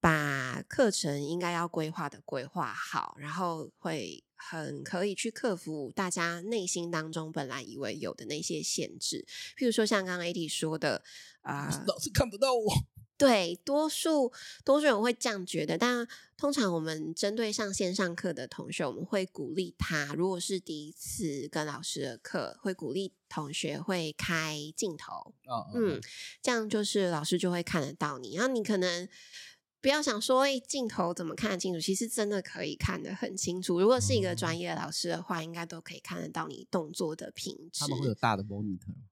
B: 把课程应该要规划的规划好，然后会很可以去克服大家内心当中本来以为有的那些限制，譬如说像刚刚 AD 说的啊、呃
C: 老师看不到我，
B: 对，多数多数人会这样觉得，但通常我们针对上线上课的同学，我们会鼓励他，如果是第一次跟老师的课，会鼓励同学会开镜头，
C: 啊，
B: 嗯，这样就是老师就会看得到你，然后你可能。不要想说，哎、镜头怎么看得清楚？其实真的可以看得很清楚。如果是一个
C: 哦
B: 专业的老师的话，应该都可以看得到你动作的品质。
C: 他们会有大的 monitor 吗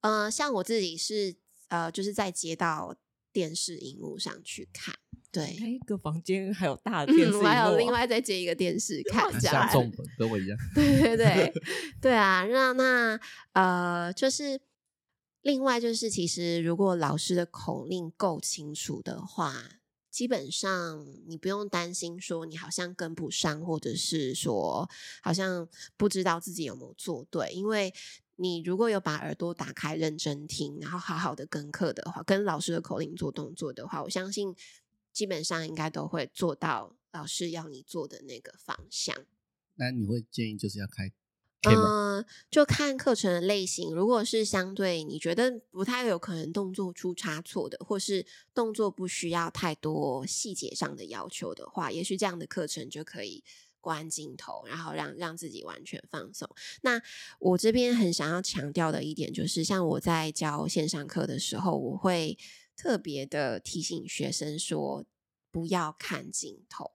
B: 呃，像我自己是呃，就是在接到电视荧幕上去看，对，
A: 哎一个房间还有大的电视
B: 嗯，
A: 荧
B: 我
A: 幕啊、
B: 还有另外再接一个电视看，这样
C: 像重本跟我一样，
B: 对对对对啊，那那呃，就是另外就是，其实如果老师的口令够清楚的话，基本上你不用担心说你好像跟不上，或者是说好像不知道自己有没有做对，因为。你如果有把耳朵打开认真听，然后好好的跟课的话，跟老师的口令做动作的话，我相信基本上应该都会做到老师要你做的那个方向。
C: 那你会建议就是要开 camera，
B: 嗯，就看课程的类型。如果是相对你觉得不太有可能动作出差错的，或是动作不需要太多细节上的要求的话，也许这样的课程就可以关镜头，然后让让自己完全放松。那我这边很想要强调的一点就是，像我在教线上课的时候，我会特别的提醒学生说不要看镜头。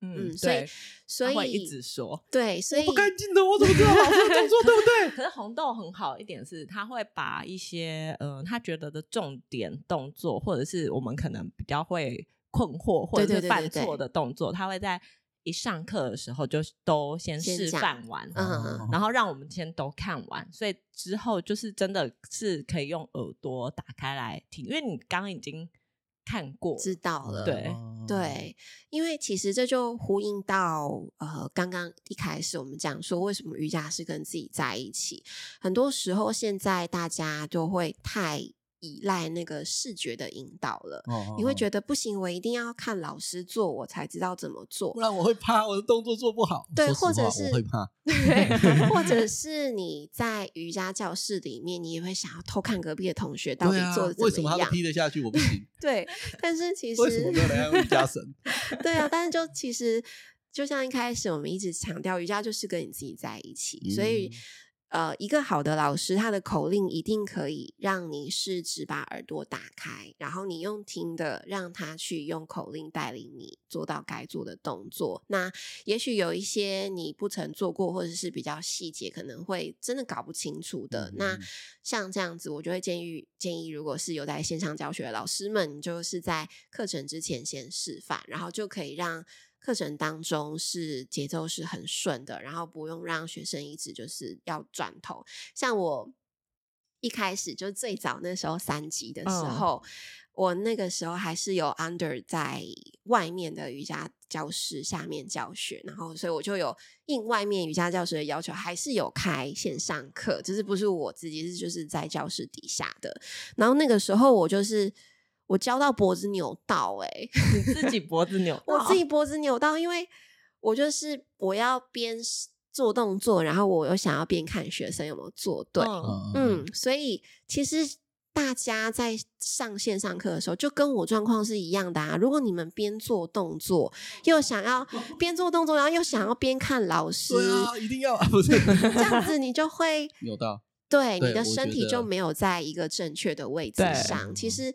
B: 嗯，所以
A: 对
B: 所
A: 他会
B: 以
A: 一直说。
B: 对，所以
C: 不干净哎的，我怎么知道老师的动作对不对？
A: 可是红豆很好一点是，他会把一些嗯、呃他觉得的重点动作，或者是我们可能比较会困惑或者
B: 对对
A: 是
B: 对
A: 犯
B: 对对
A: 错的动作，他会在一上课的时候就都先
B: 先
A: 示
B: 讲
A: 范完，
B: 嗯
C: 哦
A: 然后让我们先都看完，所以之后就是真的是可以用耳朵打开来听，因为你刚刚已经看过了，
B: 知道了。
A: 对
C: 哦，
B: 对，因为其实这就呼应到呃，刚刚一开始我们讲说，为什么瑜伽是跟自己在一起？很多时候现在大家就会太依赖那个视觉的引导了，
C: 哦
B: 你会觉
C: 得
B: 得不行，我一定要看老师做，我才知道怎么做
C: 不。然我会怕，我的动作做不好。
B: 对
C: 说实
B: 或者
C: 话
B: 是
C: 我会怕，
B: 对，或 者是你在瑜伽教室里面，你也会想要偷看隔壁的同学到底
C: 对啊
B: 做的
C: 为
B: 怎
C: 什么他
B: 样
C: 们。踢得下去，我 不行？
B: 对，但是其实
C: 为什么没有人用瑜伽绳？
B: 对啊，但是就其实就像一开始我们一直强调，瑜伽就是跟你自己在一起，所以
C: 嗯
B: 呃，一个好的老师，他的口令一定可以让你是只把耳朵打开，然后你用听的，让他去用口令带领你做到该做的动作。那也许有一些你不曾做过，或者是比较细节，可能会真的搞不清楚的。
C: 嗯
B: 那像这样子，我就会建议建议，如果是有在线上教学的老师们，你就是在课程之前先示范，然后就可以让课程当中是节奏是很顺的，然后不用让学生一直就是要转头。像我一开始就最早那时候三级的时
A: 嗯
B: 候，我那个时候还是有 under 在外面的瑜伽教室下面教学，然后所以我就有应外面瑜伽教室的要求，还是有开线上课，就是不是我自己是就是在教室底下的。然后那个时候我就是我教到脖子扭到、欸，
A: 你自己脖子扭到，
B: 我自己脖子扭到，因为我就是我要边做动作，然后我又想要边看学生有没有做对，
A: 嗯
B: 嗯，所以其实大家在上线上课的时候，就跟我状况是一样的啊。如果你们边做动作，又想要边做动作，然后又想要边看老师，
C: 哦对啊，一定要啊，不是
B: 这样子你就 会
C: 扭到。
B: 对
C: 对
B: 你的
C: 我
B: 身
C: 觉
B: 体就
C: 得
B: 没有在一个正确的位置
A: 对
B: 上。其实。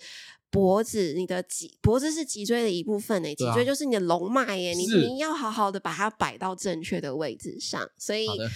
B: 脖子，你的脊脖子是脊椎的一部分欸呢、脊
C: 对啊
B: 椎就是你的龙脉耶，你
C: 是
B: 你要好好的把它摆到正确的位置上。所以
C: 好的，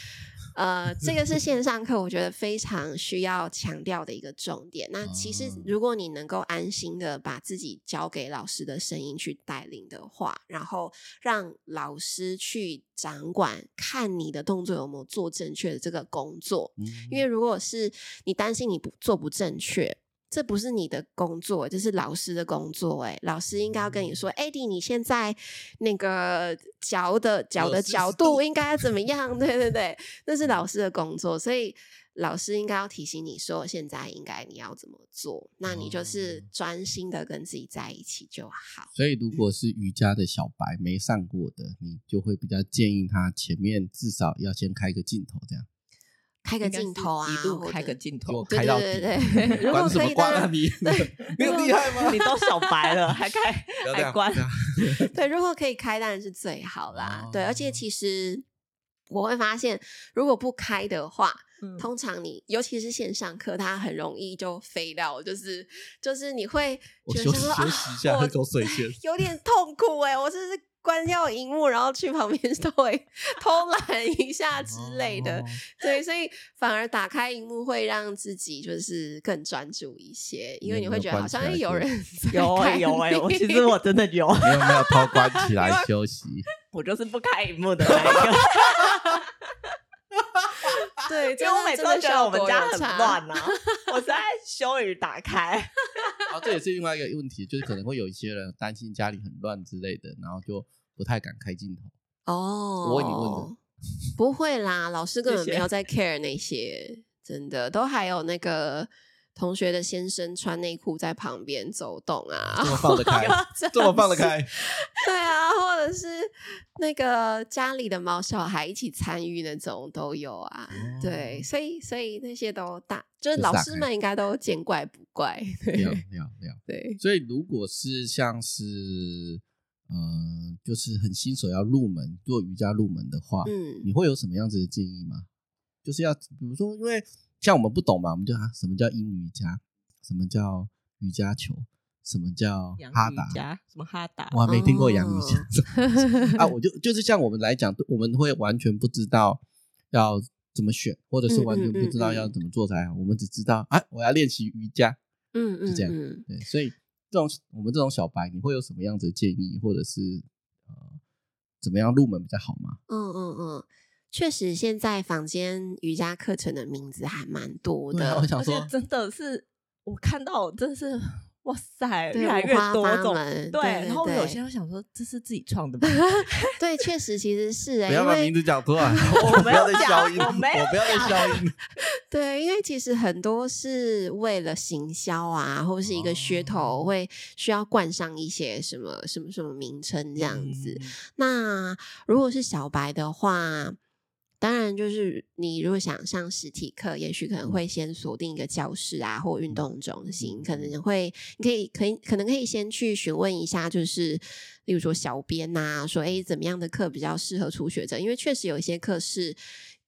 B: 呃，这个是线上课，我觉得非常需要强调的一个重点。那其实
C: 哦，
B: 如果你能够安心的把自己交给老师的声音去带领的话，然后让老师去掌管，看你的动作有没有做正确的这个工作。
C: 嗯
B: 因为如果是你担心你不做不正确，这不是你的工作，这是老师的工作。哎，老师应该要跟你说，
A: 嗯
B: 艾迪，你现在那个脚的脚的
C: 40
B: 角
C: 度
B: 度应该要怎么样？ 对对对，那是老师的工作，所以老师应该要提醒你说，现在应该你要怎么做。那你就是
C: 哦
B: 专心的跟自己在一起就好。
C: 所以，如果是瑜伽的小白没上过的，你就会比较建议他前面至少要先开个镜头，这样
B: 开个
A: 应该是
B: 镜头啊，
A: 一路
B: 或
A: 开
B: 者
A: 个镜
C: 给
A: 头，
C: 我开到底，
B: 对对对对 如果
C: 管什
B: 可
C: 么
B: 以
C: 关
B: 当
C: 啊
B: 然
C: 你？ 你有厉害 吗？
A: 你都小白了，还开
C: 不要这
A: 还
C: 样
A: 关
C: 不？要
B: 对，如果可以开，当然是最好啦。对，而且
C: 哦
B: 其实我会发现，如果不开的话，
A: 嗯
B: 通常你尤其是线上课，它很容易就废掉，就是就是你会
C: 我
B: 觉
C: 休
B: 得
C: 息
B: 说啊
C: 休息一下，
B: 我
C: 喝口水先。
B: 有点痛苦哎、我是不是关掉荧幕，然后去旁
A: 嗯
B: 边稍微偷懒一下 之类的。
C: 哦
B: 对，所以反而打开荧幕会让自己就是更专注一些，因为
C: 你有
B: 你会
C: 没有
B: 觉得好
C: 关起
B: 像
C: 来
B: 哎有
C: 过
B: 人在
A: 有哎、
B: 看
A: 有哎、
B: 你
A: 我其实我真的有，
C: 没有没有偷关起来休息，
A: 我就是不开荧幕的那一个，
B: 对，
A: 因为我每
B: 真的
A: 次
B: 真
A: 都
B: 的
A: 觉得
B: 效
A: 我们
B: 果
A: 家
B: 有
A: 很
B: 差
A: 乱啊，我实在羞于打开。
C: 然后哦这也是另外一个问题，就是可能会有一些人担心家里很乱之类的，然后就不太敢开镜头。
B: 哦，
C: 问你问的，
B: 不会啦，老 师根
A: 谢
B: 本没
A: 谢
B: 有在 care 那些，真的都还有那个同学的先生穿内裤在旁边走动啊
C: 这，么放 得开这么放得开，
B: 对啊，或者是那个家里的毛小孩一起参与那种都有啊，
C: 哦
B: 对，所以所以那些都大，就是
C: 就
B: 老
C: 嗯大
B: 师
C: 概
B: 们应该都见怪不怪，对
C: 了了了。
B: 对，
C: 所以如果是像是嗯、呃就是很新手要入门做瑜伽入门的话，
B: 嗯
C: 你会有什么样子的建议吗？就是要比如说，因为像我们不懂嘛，我们就啊什么叫阴瑜伽，什么叫瑜伽球，什么叫哈达，
A: 伽什么哈达
C: 我还没听过洋瑜伽、
B: 哦
C: 啊，我就就是像我们来讲，我们会完全不知道要怎么选，或者
B: 嗯
C: 是完全不知道要怎么做才好。我们只知道啊，我要练习瑜伽，
B: 嗯嗯
C: 就这样
B: 嗯
C: 对，所以这种我们这种小白，你会有什么样子的建议，或者是呃怎么样入门比较好吗？
B: 嗯嗯嗯，确实现在坊间瑜伽课程的名字还蛮多
C: 对啊，
B: 的
C: 我，想
A: 而且
C: 说，
A: 真的是我看到，真的是哇塞，
B: 对
A: 越来
B: 五
A: 越
B: 花
A: 多
B: 八
A: 种。
B: 门
A: 对，
B: 对
A: 然后有
B: 对
A: 些人想说这是自己创 的吧，
B: 对，确实其 实是哎、
C: 不要
B: 因
C: 把
B: 为
C: 名字讲 出来，
A: 我
C: 不
A: 没
C: 要
A: 有
C: 再
A: 讲
C: 消音，
A: 我没有
C: 不要再消音。
B: 对，因为其实很多是为了行销啊，或是一个噱
C: 哦
B: 头，会需要冠上一些什么什么什么名称这样
C: 嗯
B: 子。那如果是小白的话，当然就是你如果想上实体课，也许可能会先锁定一个教室啊，或运动中心，可能会你可以可以可能可以先去询问一下，就是例如说小编呐、说诶怎么样的课比较适合初学者？因为确实有一些课是。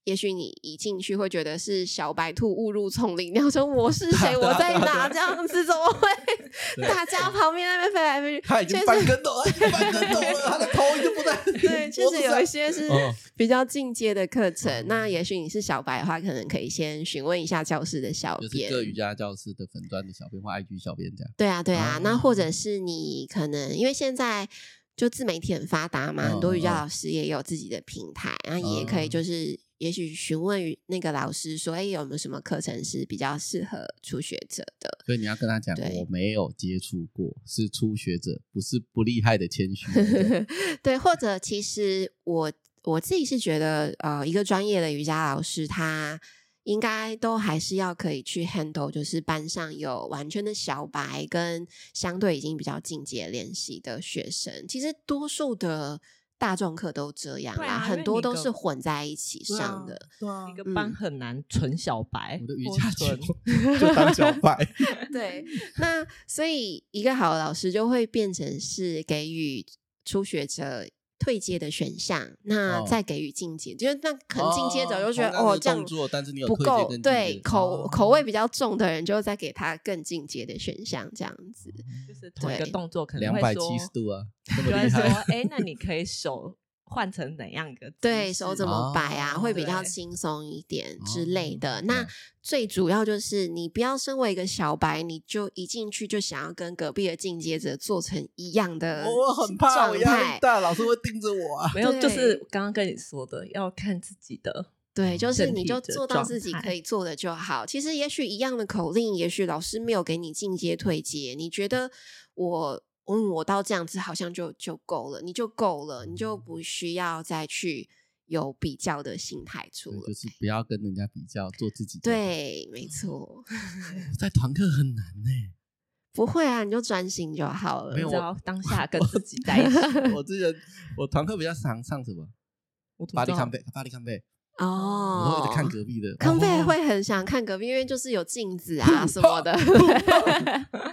B: 也许你一进去会觉得是小白兔误入丛林，你要说我是谁，我
C: 啊
B: 在哪这样子，怎么会
C: 对
B: 大家旁边那边飞来飞去？
C: 他已经
B: 确实
C: 翻跟头，他已经翻跟头了，他的头已经不在。
B: 对，确
C: 脖子
B: 实有
C: 上
B: 一些是
C: 哦
B: 比较进阶的课程。那也许你是小白的话，可能可以先询问一下教室的小
C: 就是
B: 编。
C: 各瑜伽教室的粉砖的小编或 IG 小编这样。
B: 对啊，对啊。那或
C: 哦
B: 者是你可能因为现在就自媒体很发达嘛，很多瑜
C: 嗯嗯
B: 伽老师也有自己的平台，那也可以
C: 嗯
B: 就是。也许询问于那个老师说：“哎、有没有什么课程是比较适合初学者的
C: 所以你要跟他讲，
B: 对
C: 我没有接触过，是初学者，不是不厉害的谦虚那 种。？”
B: 对，或者其实我我自己是觉得，呃，一个专业的瑜伽老师他。应该都还是要可以去 handle，就是班上有完全的小白跟相对已经比较进阶练习的学生，其实多数的大众课都这样
A: 对
B: 啦，
A: 啊因为
B: 很多
A: 你
B: 都
A: 个
B: 是混在一起
C: 对啊
B: 上的。
C: 对啊
A: 一个班
B: 嗯
A: 很难纯小白，
C: 我的瑜
A: 或
C: 伽
A: 纯
C: 球 就当小白。
B: 对，那所以一个好的老师就会变成是给予初学者退阶的选项，那
C: 哦
B: 再给予进阶，就是那可能进阶者就觉得
C: 同
B: 哦
C: 样的
B: 这样
C: 动作但是你有
B: 不
C: 退阶
B: 够
C: 跟进，阶
B: 对口
C: 哦
B: 口味比较重的人就再给他更进阶的选项，这样子。
A: 就是同一个
B: 对
A: 动作可能
C: 两
A: 会
C: 百
A: 说
C: 七十度啊，这
A: 就
C: 么
A: 会
C: 厉
A: 说
C: 害。
A: 哎，那你可以手换成怎样一个姿势
B: 对手怎么摆啊，
C: 哦
B: 会比较
A: 对
B: 轻松一点
C: 哦
B: 之类的。
C: 嗯
B: 那最主要就是你不要身为一个小白，你就一进去就想要跟隔壁的进阶者做成一样的
C: 呃哦我我很怕，我
B: 状
C: 压
B: 态
C: 力。大，老师会盯着我啊。
A: 没有，就
B: 对
A: 是刚刚跟你说的，要看自己的。
B: 对，就是
A: 整
B: 你
A: 体
B: 就
A: 的
B: 做到
A: 状
B: 自己
A: 态
B: 可以做的就好。其实也许一样的口令，也许老师没有给你进阶退阶，你觉得我嗯，我到这样子好像就就够了，你就够了，你就不需要再去有比较的心态出
C: 对，
B: 了。
C: 就是嗯不要跟人家比较，做自己。，
B: 对，没错，
C: 在团课很难呢、
B: 不会啊，你就专心就好了。
C: 没有
A: 只
C: 我
A: 要当下跟自己在一起。
C: 我之前我团课比较常上什么
A: 我怎
C: 巴
A: 么
C: 黎
A: 知道
C: 康贝，巴黎康贝，啊我
B: 哦
C: 会一直看隔壁的
B: 康贝
C: 哦
B: 会很想看隔壁，因为就是有镜子啊什么的。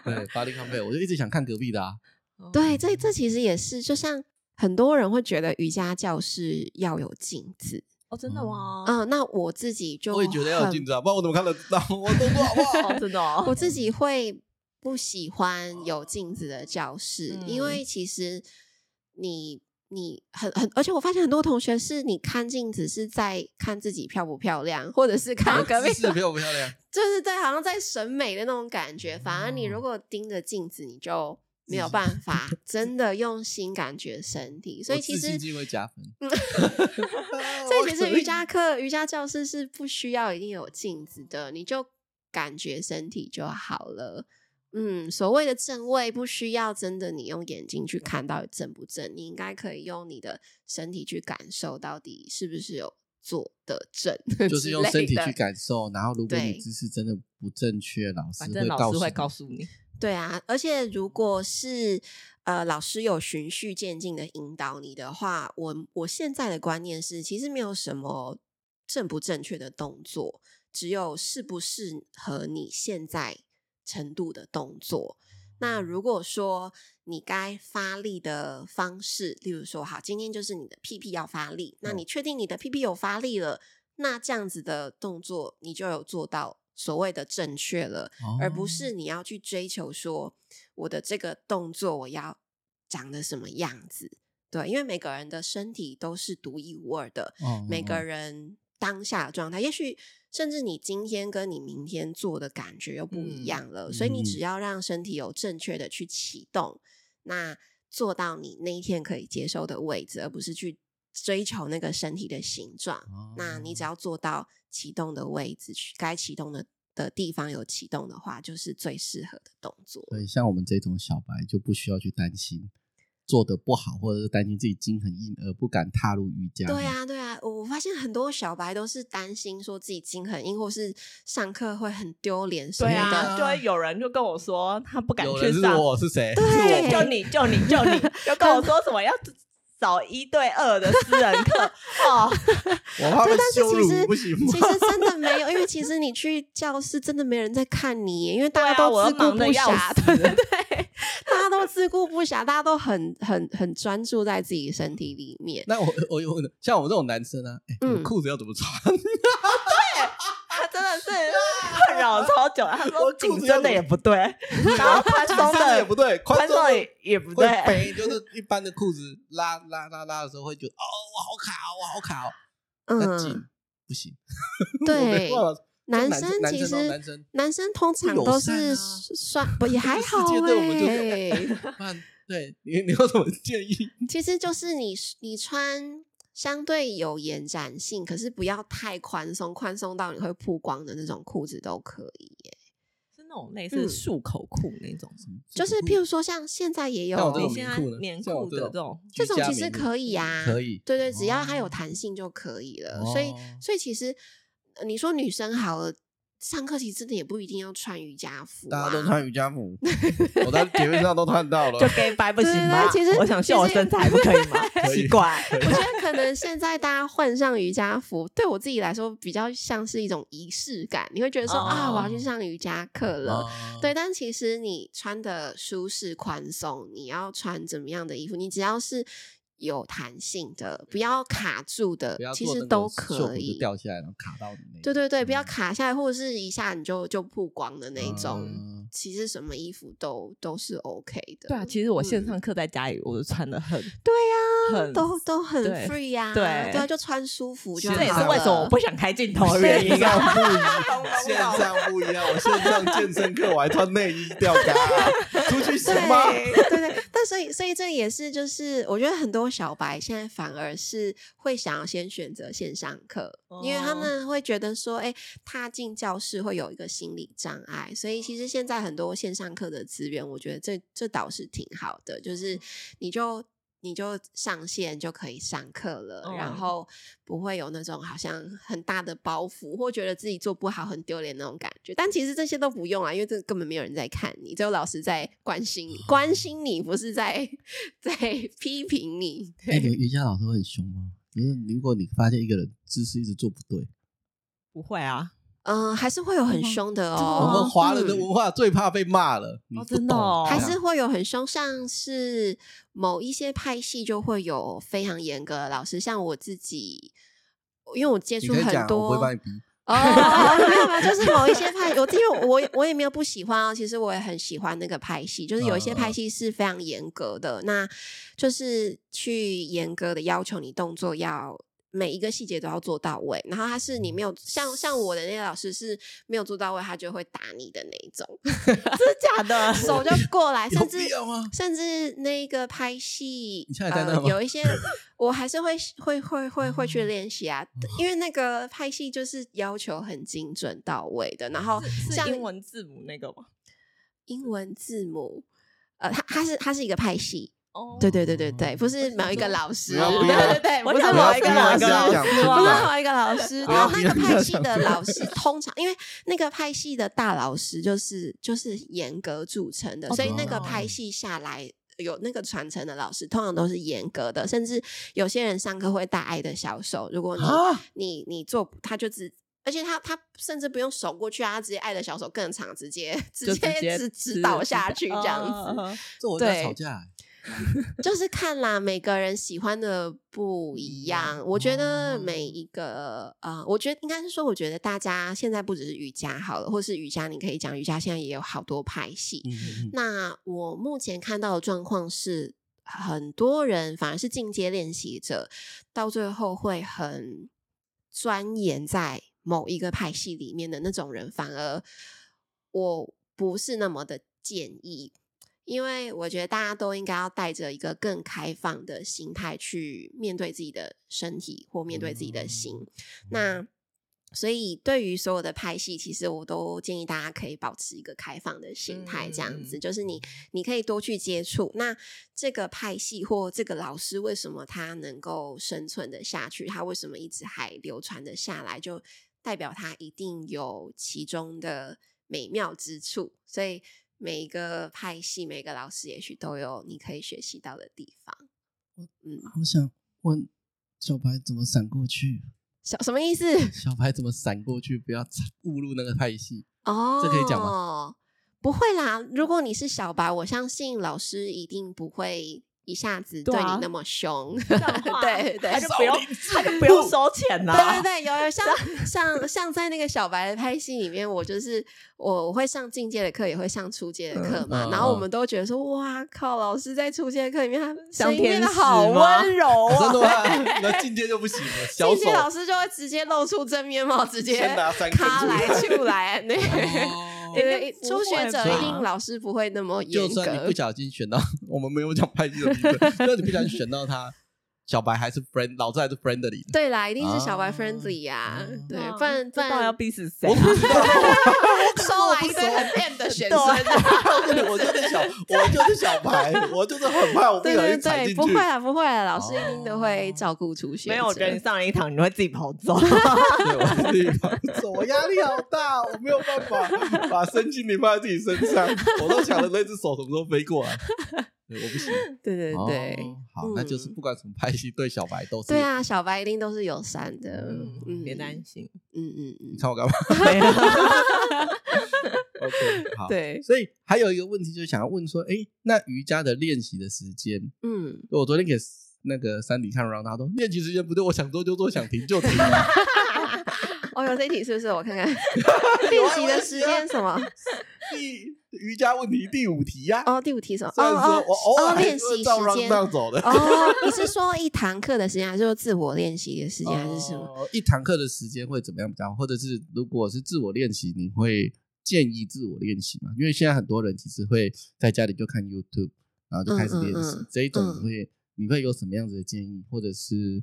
C: 对巴黎康贝，我就一直想看隔壁的啊。
A: 哦
B: 对，这这其实也是，就像很多人会觉得瑜伽教室要有镜子，
A: 哦，真的吗？
B: 嗯、那我自己就
C: 我也觉得要有
B: 很
C: 镜子啊，不然我怎么看得到？ 我动作好不好？
A: 哦，真的 哦。
B: 我自己会不喜欢有镜子的教室，因
A: 嗯
B: 为其实你你很很，而且我发现很多同学是你看镜子是在看自己漂不漂亮，或者是看隔壁
C: 哦姿势漂不漂亮？
B: 就是对，好像在审美的那种感觉。反而你
C: 哦
B: 如果盯着镜子，你就没有办法 真的用心感觉身体。所以
C: 我
B: 其
C: 哦自信
B: 实，
C: 心会加分。
B: 所以其
C: 我
B: 实
C: 可以
B: 瑜伽课、瑜伽教室是不需要一定有镜子的，你就感觉身体就好了。嗯，所谓的正位不需要真的你用眼睛去看到底正不正，你应该可以用你的身体去感受到底是不是有做的正，
C: 就是用身体去。感受，然后如果你
B: 对
C: 姿势真的不正确，老师
A: 反正老
C: 告
A: 师
C: 诉
A: 会
C: 你
A: 告诉你，
B: 对啊，而且如果是呃老师有循序渐进的引导你的话，我我现在的观念是，其实没有什么正不正确的动作，只有适不适合你现在程度的动作。那如果说你该发力的方式，例如说，好，今天就是你的屁屁要发力，那
C: 嗯
B: 你确定你的屁屁有发力了，那这样子的动作你就有做到所谓的正确了。而
C: 哦
B: 不是你要去追求说我的这个动作我要长得什么样子。对，因为每个人的身体都是独一无二的，
C: 哦
B: 每个
C: 哦
B: 人当下的状态，也许甚至你今天跟你明天做的感觉又不一
A: 嗯
B: 样了。所以你
C: 嗯
B: 只要让身体有正确的去启动，那做到你那一天可以接受的位置，而不是去追求那个身体的形状。
C: 哦
B: 那你只要做到启动的位置，去该启动的的地方有启动的话，就是最适合的动作。
C: 所以像我们这种小白就不需要去担心做的不好，或者是担心自己筋很硬而不敢踏入瑜伽。
B: 对，啊，对啊，我我发现很多小白都是担心说自己筋很硬，或是上课会很丢脸什么
A: 对
B: 的。
A: 啊，就会有人就跟我说他不敢
C: 有人
A: 去
C: 是
A: 上，
C: 我是谁？
A: 对，
B: 对
A: 就你就你就 你，就跟我说什么要找一对二的私人课 哦，
C: 我
B: 啊
C: 怕被
B: 对，但是
C: 羞
B: 其
C: 辱，
B: 实
C: 不行
B: 其
C: 吗？
B: 实真的没有，因为其实你去教室真的没人在看你，因为大
A: 对
B: 家
A: 啊
B: 都
A: 我
B: 自
A: 都
B: 顾
A: 忙
B: 不
A: 得要
B: 暇，
A: 死
B: 对对对，大家都自顾不暇，大家都很很很专注在自己身体里面。
C: 那我我有问的，像我这种男生呢、哎
B: 嗯
C: 我裤子要怎么穿？
A: 他真的是困扰超久了。他
C: 我
A: 说
C: 裤
A: 紧
C: 子
A: 真的也不对，然后 宽松
C: 上
A: 的
C: 也不对，宽
A: 宽
C: 松
A: 松
C: 的
A: 的也不
C: 会
A: 对，
C: 肥，就是一般的裤子拉拉拉拉的时候会觉得哦，我好卡哦，我好卡哦，那紧
B: 嗯，
C: 不行，我没
B: 对，
C: 办法
B: 男
C: 男生
B: 其
C: 男生哦
B: 实
C: 男生
B: 男生通常
C: 友
B: 都
C: 善
B: 是
C: 啊
B: 算不也还
C: 这
B: 好
C: 个世界 对我们就是
B: 哎。
C: 不然对你 你有什么建议？
B: 其实就是你你穿相对有延展性，可是不要太宽松，宽松到你会曝光的那种裤子都可以耶。
A: 是那种类
B: 嗯
A: 似束口裤那种。
B: 就是 譬如说像现在也有
C: 嗯像我这
A: 你
C: 种
A: 现
C: 棉
A: 在
C: 裤呢
A: 棉
C: 像我
A: 裤的
C: 这
A: 这种
B: 这
C: 居
B: 种
C: 家
B: 其实
C: 棉裤
B: 可以啊
C: 可以，
B: 对对，只要它有
C: 哦
B: 弹性就可以了。所以
C: 哦
B: 所以其实呃你说女生好了。上课其实真的也不一定要穿瑜伽服、啊，
C: 大家都穿瑜伽 服，我在节目上都看到了
A: 就，gay 白不行吗？
B: 对对对其实
A: 我想秀我身材不可以吗
C: 其？实
A: 奇怪，
B: 我觉得可能现在大家换上瑜伽服，对我自己来说比较像是一种仪式感。你会觉得说、啊，我要去上瑜伽课了。
C: 哦
B: 对，但其实你穿的舒适宽松，你要穿怎么样的衣服，你只要是有弹性的，不要卡住的
C: 不要，
B: 其
C: 做
B: 实
C: 那个
B: 都
C: 袖口
B: 可
C: 就
B: 以。
C: 掉下来然后卡到你那一
B: 对对对，不要
C: 嗯
B: 卡下来，或者是一下你就就曝光的那一种。
C: 嗯
B: 其实什么衣服都都是 OK 的。
A: 对啊，其实我线
B: 嗯
A: 上课在家里，我都穿的很
B: 对呀、
A: 很
B: 都都很
A: 对
B: free 呀、
A: 对
B: 对啊，就穿舒服就
C: 现
B: 好
A: 这也是
B: 了
A: 为什么我不想开镜头的原因
C: 线
A: 啊。
C: 上不一
A: 懂懂
C: 样，线上不一样。我线上健身课我还穿内衣吊嘎、出去行
B: 对
C: 吗？
B: 对对，但所以所以这也是就是，我觉得很多小白现在反而是会想要先选择线上课，因为他
A: 哦
B: 们会觉得说，哎，踏进教室会有一个心理障碍，所以其实现在很多线上课的资源，我觉得这这倒是挺好的，就是你就。你就上线就可以上课了，然
A: 嗯
B: 后不会有那种好像很大的包袱，或觉得自己做不好很丢脸那种感觉。但其实这些都不用啊，因为这根本没有人在看你，只有老师在关心你，关心你不是在 在批评你。
C: 哎、你们瑜伽老师会很凶吗？就是如果你发现一个人姿势一直做不对，
A: 不会啊，
B: 嗯、还是会有很凶的
A: 真的
B: 哦。
C: 我
A: 吗
C: 们华人的
B: 嗯
C: 文化最怕被骂了。你不懂
A: 真的哦
B: 还是会有很凶，像是某一些派系就会有非常严格的老师，像我自己，因为我接
C: 你
B: 触
C: 可以
B: 很
C: 讲，
B: 多，
C: 我不会帮你逼。
B: 哦， 没有没有，就是某一些派，我因为我也我也没有不喜欢哦，其实我也很喜欢那个派系，就是有一
C: 嗯
B: 些派系是非常严格的，那就是去严格的要求你动作要。每一个细节都要做到位，然后他是
C: 嗯
B: 你没有像像我的那个老师是没有做到位，他就会打你的那一种，
A: 真的假的？
B: 手就过来，
C: 有
B: 甚至
C: 必要吗
B: 甚至那个拍戏，
C: 你现在在那吗嗯
B: 呃、有一 些我还是会会会会会去练习
C: 哦
B: 啊，因为那个拍戏就是要求很精准到位的，然后
A: 是
B: 像
A: 英文字母那个吗？
B: 英文字母。呃，它它是它是一个派系，
A: 哦
B: 对对对对对，不是某一个老师，
C: 不要
B: 对
C: 逼他
B: 对对，
A: 我
B: 不是
A: 讲
B: 某
A: 到
B: 一
A: 一
B: 个
A: 个
B: 老
A: 老
B: 师
A: 师，
C: 讲不出
A: 啊
B: 不是
C: 来
B: 某一个老师，
C: 不要
B: 然后那
C: 逼
B: 个
C: 人
B: 派
C: 家
B: 系
C: 讲
B: 的
C: 出来
B: 老师，通常因为那个派系的大老师就是就是严格著称的，
A: 哦
B: 所以
A: 真
B: 那
A: 的
B: 个
A: 哦
B: 派系下来。有那个传承的老师，通常都是严格的，甚至有些人上课会大爱的小手。如果你、
C: 啊
B: 你你做不，他就只，而且他他甚至不用手过去啊，他直接爱的小手更长，直接 直
A: 就直接
B: 指指
A: 指
B: 导
A: 指
B: 下
A: 导
B: 去 这样子。
A: 嗯
C: 这我在
B: 对
C: 吵架、欸。
B: 就是看啦，每个人喜欢的不一样。哦我觉得每一个、呃，我觉得应该是说，我觉得大家现在不只是瑜伽好了，或是瑜伽，你可以讲瑜伽现在也有好多派系。
C: 嗯，
B: 那我目前看到的状况是，很多人反而是进阶练习者，到最后会很钻研在某一个派系里面的那种人，反而我不是那么的建议，因为我觉得大家都应该要带着一个更开放的心态去面对自己的身体或面对自己的
C: 嗯
B: 心。那所以，对于所有的拍戏，其实我都建议大家可以保持一个开放的心态，这样子，
A: 嗯
B: 就是你你可以多去接触。那这个派系或这个老师为什么他能够生存的下去？他为什么一直还流传的下来？就代表他一定有其中的美妙之处。所以每一个派系，每个老师也许都有你可以学习到的地方。嗯，
C: 我想问小白怎么闪过去？
B: 小什么意思？
C: 小白怎么闪过去？不要误入那个派系。
B: 哦，
C: 这可以讲
B: 吗？哦不会啦，如果你是小白，我相信老师一定不会一下子对
A: 对啊
B: 你那么凶。
A: 像话
B: 对对
A: 嗯他就不用，他就不用收钱啊呐。
B: 对对对，有有像像像在那个小白的拍戏里面，我就是我我会上进阶的课，也会上初阶的课嘛。
C: 嗯嗯
B: 然后我
C: 嗯
B: 们都觉得说，哇靠，老师在初阶课里面，他
A: 像
B: 声音变得
A: 天使
B: 好
A: 吗
B: 温柔
C: 真
B: 啊。
C: 的吗？ 那进阶就不行了，小
B: 进
C: 手
B: 阶老师就会直接露出真面貌，直接
C: 先拿三根
B: 咔
C: 出
B: 来出来， 那
C: 哦
B: 因为
A: 应该不
B: 初
A: 会
B: 学者
A: 吧
B: 一定老师不会那么严
C: 就
B: 格。
C: 算你不小心选到，我们没有讲派系的 评论，就算你不小心选到他，小白还是 friend，老子还是 friendly 的。
B: 对啦，一定是小白
C: 啊
B: friendly 呀、
C: 嗯
B: 对
A: 哇，
B: 不然不
A: 这到底要
B: 然
A: 逼死谁
C: 我
A: 啊？
C: 不知道，
B: 收来一堆很 M 的学生，
C: 我就是小，我就是小白，我就是很怕我不
B: 对
C: 小
B: 对
C: 心踩
B: 对，
C: 进
B: 不
C: 去
B: 会。啊不会啊，老师一定都会
C: 哦
B: 照顾初学者。
A: 没有，我觉得你上了一堂，你会自己跑走。
C: 对，我自己跑走，我压力好大，我没有办法把身心灵放在自己身上，我都想着那只手什么时候飞过来。对，我不行。
B: 对对对、
C: 哦好，那就是
B: 嗯
C: 不管什么派系，对小白都是。
B: 对，啊，小白一定都是友善的。嗯，
A: 嗯，别担心，
B: 嗯嗯嗯，
C: 你看我干嘛
A: 没有
C: ？OK，好。
B: 对，
C: 所以还有一个问题，就是想要问说，诶，那瑜伽的练习的时间，
B: 嗯，
C: 我昨天给那个三迪看，然后他说练习时间不对，我想做就做，想停就停、啊。
B: 哦，有这一题是不是？我看看练习的时间什么？
C: 第瑜伽问题第五题呀、
B: 哦，第五题是什么？
C: 虽然
B: 哦
C: 说
B: 哦
C: 我偶尔
B: 哦
C: 还
B: 练
C: 是会
B: 习
C: 照
B: 时间
C: round down 走的，
B: 哦，你是说一堂课的时间，还是说自我练习的时间，还是什么？
C: 哦一堂课的时间会怎么样比较好？或者是如果是自我练习，你会建议自我练习吗？因为现在很多人其实会在家里就看 YouTube，然后就开始练习。
B: 嗯嗯嗯
C: 这一种你会、你会有什么样子的建议，或者是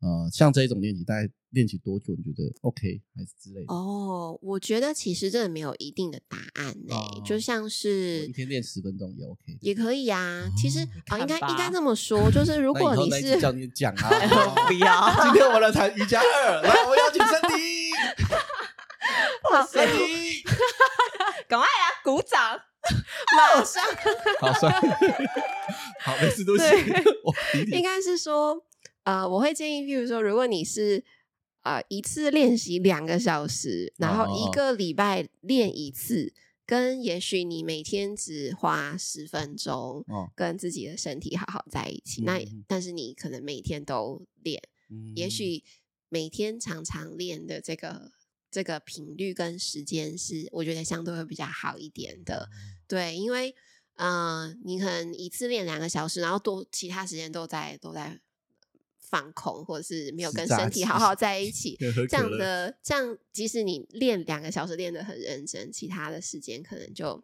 C: 呃，像这一种练习，大概练习多久？你觉得 OK 还是之类的？
B: 哦，我觉得其实真的没有一定的答案呢、
C: 哦
B: 就像
C: 我一
B: 是
C: 天练十分钟也 OK 的。
B: 也可以啊。其实
C: 哦
B: 啊、应该
A: 看吧
B: 应该这么说，就是如
C: 那以
B: 果
C: 后
B: 你
C: 那一集
B: 是
C: 叫你讲 啊，
A: 不要，
C: 今天我们来谈瑜伽二， 来，我们邀请身体， 身体，
A: 赶快啊，鼓掌！
B: 马上
C: 好帅， 好，没事，对不
B: 对
C: 起， 我理你
B: 应该是说，呃，我会建议，譬如说，如果你是呃一次练习两个小时，然后
C: 哦哦
B: 一
C: 哦
B: 个礼拜练一次，跟也许你每天只花十分钟
C: 哦，
B: 跟自己的身体好好在一起，那
C: 嗯嗯嗯
B: 但是你可能每天都练，也
C: 嗯
B: 许每天常常练的这个。这个频率跟时间是，我觉得相对会比较好一点的。对，因为呃，你可能一次练两个小时，然后多其他时间都在都在放空，或者是没有
C: 吃
B: 跟
C: 炸
B: 身体
C: 鸡，
B: 好好在一起
C: 这
B: 这样的这样，即使你练两个小时练得很认真，其他的时间可能就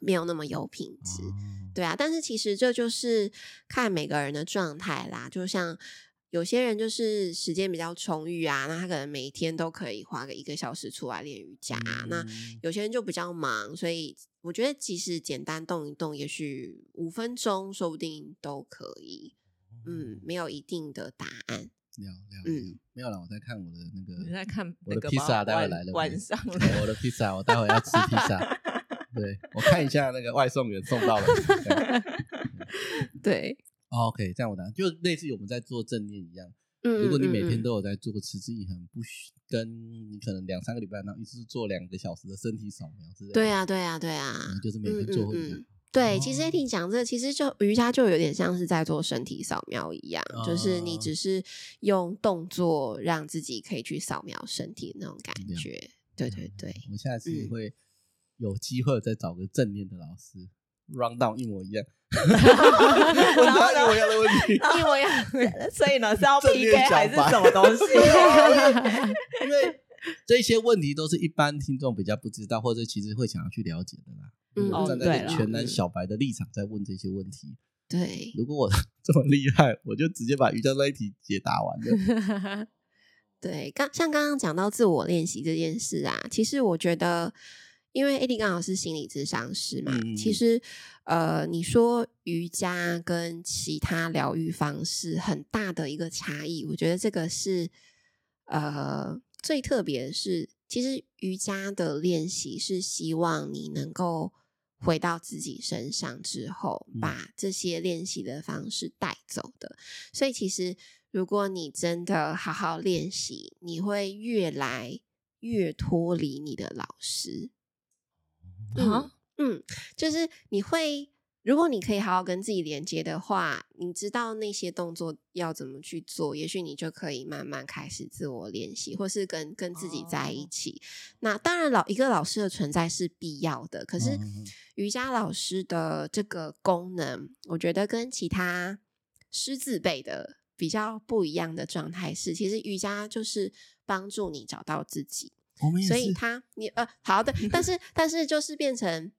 B: 没有那么有品质。
C: 哦
B: 对啊，但是其实这就是看每个人的状态啦。就像有些人就是时间比较充裕啊，那他可能每天都可以花个一个小时出来练瑜
C: 嗯
B: 伽、啊。那有些人就比较忙，所以我觉得即使简单动一动，也许五分钟说不定都可以。嗯，没有一定的答案。
C: 聊聊
B: 嗯
C: 没有了，我在看我的那个，
A: 你在看
C: 我
A: 那
C: 的
A: 个
C: 披
A: 吗
C: 萨待会
A: 晚
C: 来了没，
A: 晚上了
C: 对我的披萨，我待会要吃 披萨，对我看一下那个外送员送到了。对
B: 对，
C: 哦 OK，这样我答，就类似于我们在做正念一样，
B: 嗯，
C: 如果你
B: 嗯
C: 每天
B: 嗯
C: 都有在做持之以恒，不需跟你可能两三个礼拜，然后一次做两个小时的身体扫描之类的，
B: 对，啊，对啊，对啊，
C: 就是每天做会比较
B: 嗯对，其实
C: 哦
B: A T 讲这个，其实就瑜伽就有点像是在做身体扫描一样，就是你
C: 哦
B: 只是用动作让自己可以去扫描身体那种感
C: 了
B: 觉。对对对，
C: 我下次
B: 嗯
C: 会有机会再找个正念的老师，round down 一模 一样，问他一模一样的问题。
B: 因为
A: 所以呢是要
C: 正
A: PK
C: 面讲
A: 还是
C: 吧
A: 什么东 西？
C: 因为这些问题都是一般听众比较不知道，或者其实会想要去了解的啦。
B: 嗯
C: 我
A: 哦
C: 站
A: 对
C: 在一个
A: 啦
C: 全男
B: 嗯
C: 小白的立场在问这些问题，
B: 对，
C: 如果我 这么厉害，我就直接把瑜伽那一题解答完 了。
B: 对，刚像刚刚讲到自我练习这件事啊，其实我觉得，因为 AD 刚好是心理咨商师嘛，
C: 嗯嗯
B: 其
C: 嗯
B: 实呃，你说瑜伽跟其他疗愈方式很大的一个差异，我觉得这个是呃最特别的是，其实瑜伽的练习是希望你能够。回到自己身上之后，
C: 嗯
B: 把这些练习的方式带走的，所以其实如果你真的好好练习，你会越来越脱离你的老师。
A: 啊
B: 嗯嗯，就是你会，如果你可以好好跟自己连接的话，你知道那些动作要怎么去做，也许你就可以慢慢开始自我练习，或是跟跟自己在一
A: 哦
B: 起。那当然老，一个老师的存在是必要的，可是
C: 嗯嗯嗯
B: 瑜伽老师的这个功能，我觉得跟其他师字辈的比较不一样的状态是，其实瑜伽就是帮助你找到自己。
C: 我们也
B: 所以
C: 是，
B: 他你呃好 的，但是但是就是变成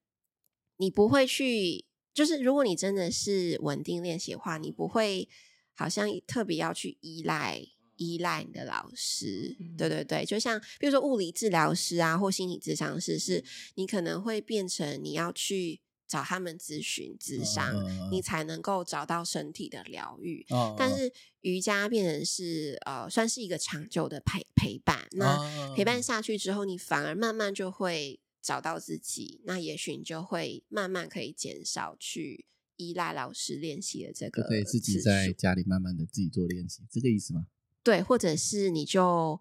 B: 你不会去，就是如果你真的是稳定练习的话，你不会好像特别要去依赖依赖你的老师，
C: 嗯
B: 对对对，就像比如说物理治疗师啊或心理咨商师，是
C: 嗯
B: 你可能会变成你要去找他们咨询咨商，
C: 嗯
B: 你才能够找到身体的疗愈。
C: 嗯
B: 但是瑜伽变成是呃，算是一个长久的陪陪伴。那
C: 呃
B: 陪
C: 嗯
B: 伴下去之后，你反而慢慢就会找到自己，那也许你就会慢慢可以减少去依赖老师练习的这
C: 就
B: 个
C: 可以自己
B: 次
C: 在
B: 数
C: 家里慢慢的自己做练习，这个意思吗？
B: 对，或者是你就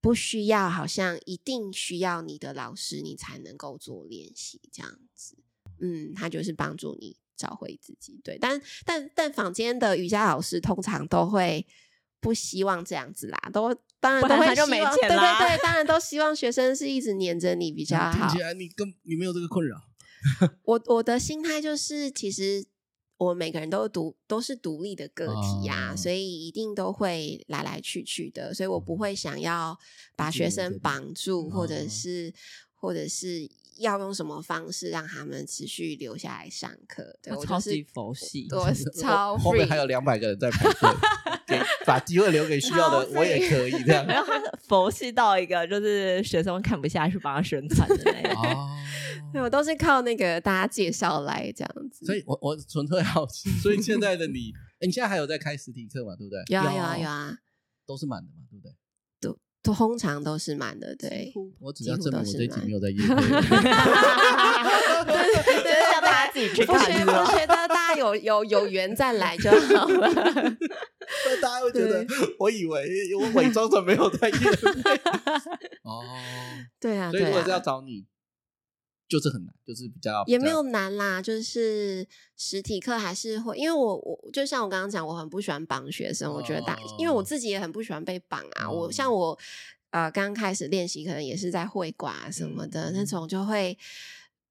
B: 不需要，好像一定需要你的老师你才能够做练习这样子。嗯，他就是帮助你找回自己。对，但但但坊间的瑜伽老师通常都会。不希望这样子啦，都当然
A: 不
B: 都
A: 然
B: 会
A: 他就
B: 希
A: 没
B: 望
A: 钱
B: 对
A: 啦
B: 对对，当然都希望学生是一直黏着 你比较
C: 听
B: 好
C: 起。来你根你没有这个困扰，
B: 我我的心态就是，其实我们每个人都独都是独立的个体呀、
C: 哦
B: 所以一定都会来来去去的，所以我不会想要把学生绑住，或者
C: 嗯
B: 是或者是要用什么方式让他们持续留下来上课。对
A: 他
B: 我
A: 超
B: 就是
A: 级佛系
B: 对我 是超
C: 后面还
B: free
C: 有两百个人在排 队，给把机会留给需要的，
B: 超
C: 我也
B: free
C: 可以这 样
A: 没。有，他是佛系到一个就是学生看不下去，帮他宣传的那种。
C: 哦，
B: 对我都是靠那个大家介绍来这样子。
C: 所以我我纯粹好奇，所以现在的你，诶你现在还有在开实体课嘛？对不对？
B: 有啊有啊有，啊，
C: 都是满的嘛？对不对？
B: 通常都是满的，对。
C: 我只要
B: 几乎
C: 证明
B: 都
C: 我
B: 是
C: 这一集
B: 满
C: 没 有在夜配
B: 对对对
A: 就是叫大家自己去
B: 我觉
A: 看
B: 得
A: 是吧
B: 我觉得大家有有有缘再来就好了。
C: 所以大家会觉得，我以为我伪装成没有在夜 配。哦，
B: 对啊，
C: 所以如
B: 对
C: 果是要
B: 啊，
C: 找你，就是很难，就是比较
B: 也没有难啦，就是实体课还是会，因为我我就像我刚刚讲，我很不喜欢绑学生，我觉得大
C: 哦，
B: 因为我自己也很不喜欢被绑啊。
C: 哦
B: 我像我呃刚开始练习，可能也是在会馆啊什么的
C: 嗯
B: 那种，就会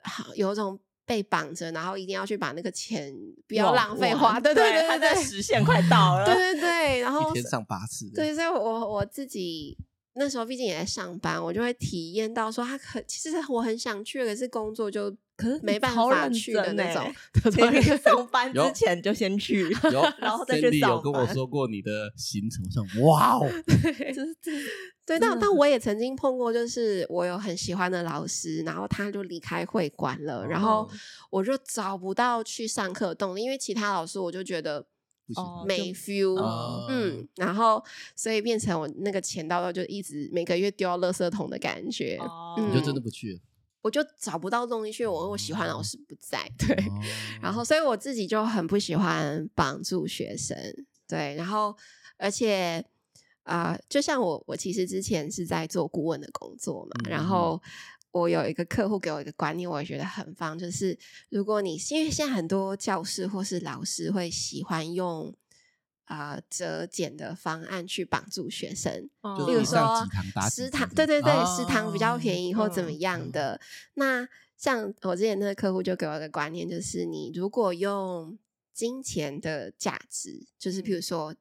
B: 好有种。被绑着，然后一定要去把那个钱不要浪费花，对对对
A: 他
B: 对
A: 的
B: 对
A: 时限快到了。
B: 对对对，然后
C: 一天上八
A: 嗯
C: 次的，
B: 哦对，所以我我自己那时候毕竟也在上班，我就会体验到说，他可其实我很想去，可是工作就
A: 可是你
B: 没办
A: 超
B: 法
A: 认
B: 去的
A: 真
B: 那
A: 欸
B: 种。
A: 所以你上班
C: 有
A: 之前就先去，
B: 啊
C: 有，
A: 然后再
C: Sandy
A: 去
C: 有
A: 扫
C: 跟我
A: 码
C: 说过你的行程，我想哇哦，
A: 就是 这
B: 对，
A: 真
B: 但
A: 的
B: 但我也曾经碰过，就是我有很喜欢的老师，然后他就离开会馆了，然后
C: 哦
B: 我就找不到去上课的动力，因为其他老师我就觉得
C: 不行，
A: 哦
B: 没
A: 就
B: feel，、
C: 哦
B: 嗯，然后所以变成我那个钱到到就一直每个月丢到垃圾桶的感觉，
A: 哦
B: 嗯
C: 你就真的不去了。
B: 我就找不到动力去，我我喜欢的老师不在，对，
C: 哦
B: 然后，所以我自己就很不喜欢绑住学生，对，然后而且啊、呃就像我，我其实之前是在做顾问的工作嘛，
C: 嗯
B: 然后我有一个客户给我一个观念，我也觉得很棒，就是如果你因为现在很多教师或是老师会喜欢用啊、呃折减的方案去绑住学生，
C: 就
A: 嗯
B: 例
C: 是
B: 如
C: 你
B: 说
C: 上几堂打几
B: 食
C: 折
B: 堂，对对对，食堂比较
C: 宜。
B: 便宜或怎么
A: 嗯
B: 样
C: 嗯
B: 的。那像我之前那个客户就给我一个观念，就是你如果用金钱的价值，就是
A: 嗯
B: 譬如说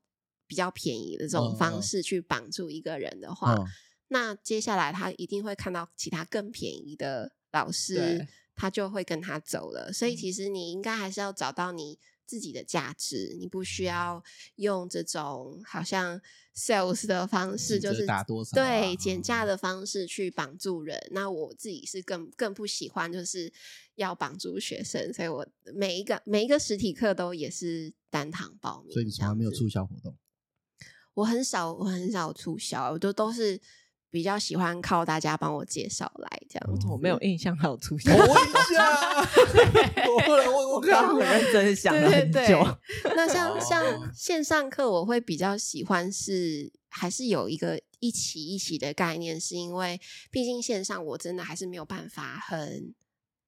B: 比较便宜的这
C: 嗯
B: 种
C: 嗯
B: 方式去绑住一个人的话，
C: 嗯
B: 那接下来他一定会看到其他更便宜的老师
A: 对，
B: 他就会跟他走了。所以
A: 嗯
B: 其实你应该还是要找到你自己的价值，你不需要用这种好像 sales 的方式，
C: 几
B: 就
C: 折
B: 是
C: 打多少啊
B: 对减
C: 嗯
B: 价的方式去绑住人。那我自己是更更不喜欢就是要绑住学生，所以我每一个每一个实体课都也是单堂报名，
C: 所以你从来没有
B: 出。
C: 促销活动，
B: 我很少，我很少促销，我都都是比较喜欢靠大家帮我介绍来这样。
A: 我怎么没有印象还有出 现
C: 我？问一下，我不能问我
A: 刚刚
C: 看
A: 很认真想了
B: 对
A: 很
B: 对
A: 久
B: 对，那像
C: 哦
B: 像线上课，我会比较喜欢是还是有一个一起一起的概念，是因为毕竟线上我真的还是没有办法很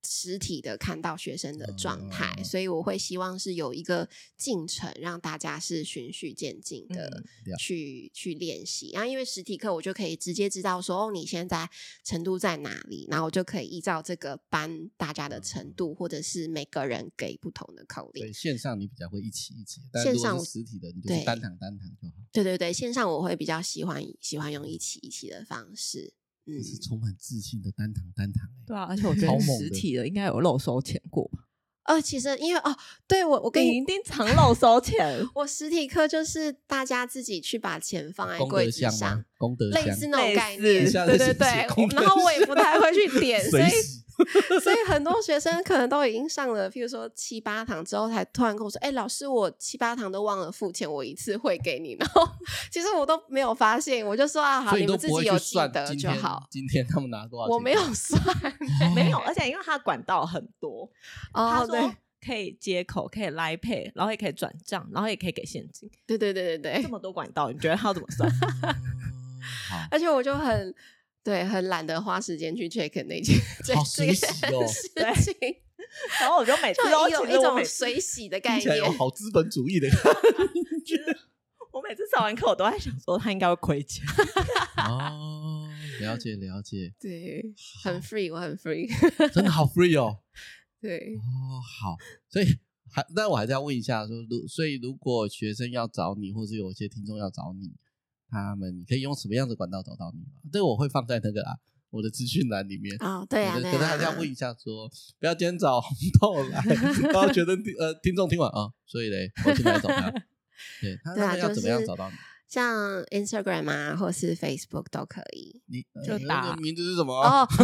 B: 实体的看到学生的状态，
C: 嗯
B: 所以我会希望是有一个进程，让大家是循序渐进的。
A: 嗯
C: 了
B: 去去练习。然后因为实体课，我就可以直接知道说，哦，你现在程度在哪里，然后我就可以依照这个班大家的程
C: 嗯
B: 度，或者是每个人给不同的口
C: 所以
B: 令。
C: 线上你比较会一起一起，但
B: 线
C: 如果
B: 上
C: 是实体的，你就是
B: 对嗯
C: 单堂单堂就好，
B: 对对对，线上我会比较喜欢喜欢用一起一起的方式。嗯
C: 你，是充满自信的单堂单堂欸。
A: 对啊，而且我觉
C: 超
A: 得
C: 猛
A: 实
C: 的
A: 体的应该有漏收钱过吧？
B: 哦，其实因为哦，对我我
A: 我跟
B: 跟
A: 你
B: 你，
A: 一。定常漏收钱
B: 我实体课就是大家自己去把钱放在
C: 欸功德
B: 柜子
C: 箱
B: 上
C: 吗，？功德
B: 类
C: 箱
B: 似那种
A: 类
B: 概
A: 似
B: 念，
A: 一
C: 下
B: 对
C: 子
B: 对
C: 写写
B: 对。
C: 功
B: 我
C: 德
B: 然后我也不太会 去点，所
C: 随
B: 以
C: 喜
B: 所以很多学生可能都已经上了，譬如说七八堂之后，才突然跟我说：“哎、老师，我七八堂都忘了付钱，我一次汇给你。”然后其实我都没有发现，我就说：“啊，好，
C: 所
B: 你
C: 以你都
B: 们自
C: 不会
B: 己
C: 去
B: 有记
C: 算
B: 得
C: 今
B: 就
C: 天
B: 好。
C: 今天他们拿多”少钱？
B: 我没有算
A: 没有，而且因为他管道很 多，他
B: 哦，
A: 说
B: 对
A: 可以接口，可以来配，然后也可以转账，然后也可以给现金，
B: 对对对对
A: 这
B: 对，
A: 么多管道，你觉得他要怎么算？
B: 啊
C: 嗯。好，
B: 而且我就很对，很懒得花时间去 check 那件这
C: 好
B: 这
C: 随喜哦
B: 件事情，
A: 然后我就每次
B: 就
A: 都
B: 有
A: 其
B: 一
A: 实我
B: 种
A: 每
C: 哦
B: 水洗的概
C: 听起来有
B: 念。
C: 好资本主义的
A: 就是我每每次上完课，我都在想说他应该会亏钱。
C: 哦，了解了解，
B: 对，很 free，我很 free，
C: 真的好 free 哦。
B: 对，
C: 哦，好，所以还，但我还是要问一下，说，如所以如果学生要找你，或是有一些听众要找你，他们你可以用什么样的管道找到你吗？这个我会放在那个啊，我的资讯栏里面。
B: 哦，对啊，
C: 我的
B: 对
C: 可是
B: 啊，
C: 还是要问一下说，不要今天找红豆来， 然后觉得听呃听众听完啊，所以嘞，我去哪里找他？对他
B: 对
C: 他
B: 啊，
C: 们要
B: 就
C: 怎么样
B: 是
C: 找到你？
B: 像 Instagram 啊，或是 Facebook 都可以。
C: 你呃
A: 就
C: 你
A: 打
C: 那个名字是什么？
B: 哦，就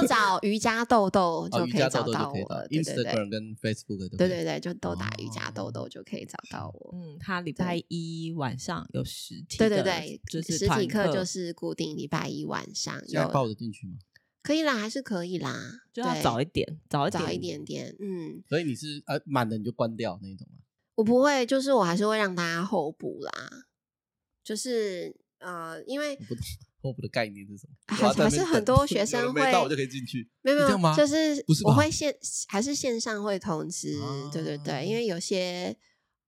B: 就找瑜伽豆豆就
C: 哦，
B: 可
C: 瑜
B: 以
C: 伽
B: 找
C: 豆豆就可以
B: 我
C: 到
B: 了，对对对，
C: ，Instagram 跟 Facebook 都可
B: 对
C: 以
B: 对对，就都打瑜伽
C: 哦
B: 豆豆就可以找到我。
A: 嗯，他礼拜一晚上有实体
B: 对
A: 的，
B: 对对，
A: 就是
B: 实体
A: 团
B: 课
A: 课
B: 就是固定礼拜一晚上
C: 现在报
B: 有，
C: 得进去吗？
B: 可以啦，还是可以啦，
A: 就要
B: 对
A: 早一点，早一
B: 早
A: 点，
B: 一点点，嗯，
C: 所以你是呃满了你就关掉那一种吗？
B: 我不会，就是我还是会让大家候补啦，就是呃，因 为
C: 我不懂后补的概念是什么？我
B: 还
C: 要
B: 还
C: 在那
B: 是
C: 边
B: 很
C: 等
B: 多学
C: 有
B: 生
C: 人
B: 会
C: 没到我就可以进去，
B: 没有没
C: 是这样吗
B: 有，就是
C: 不是
B: 我
C: 吧
B: 会线还是线上会通知，对对对，
C: 啊
B: 因为有些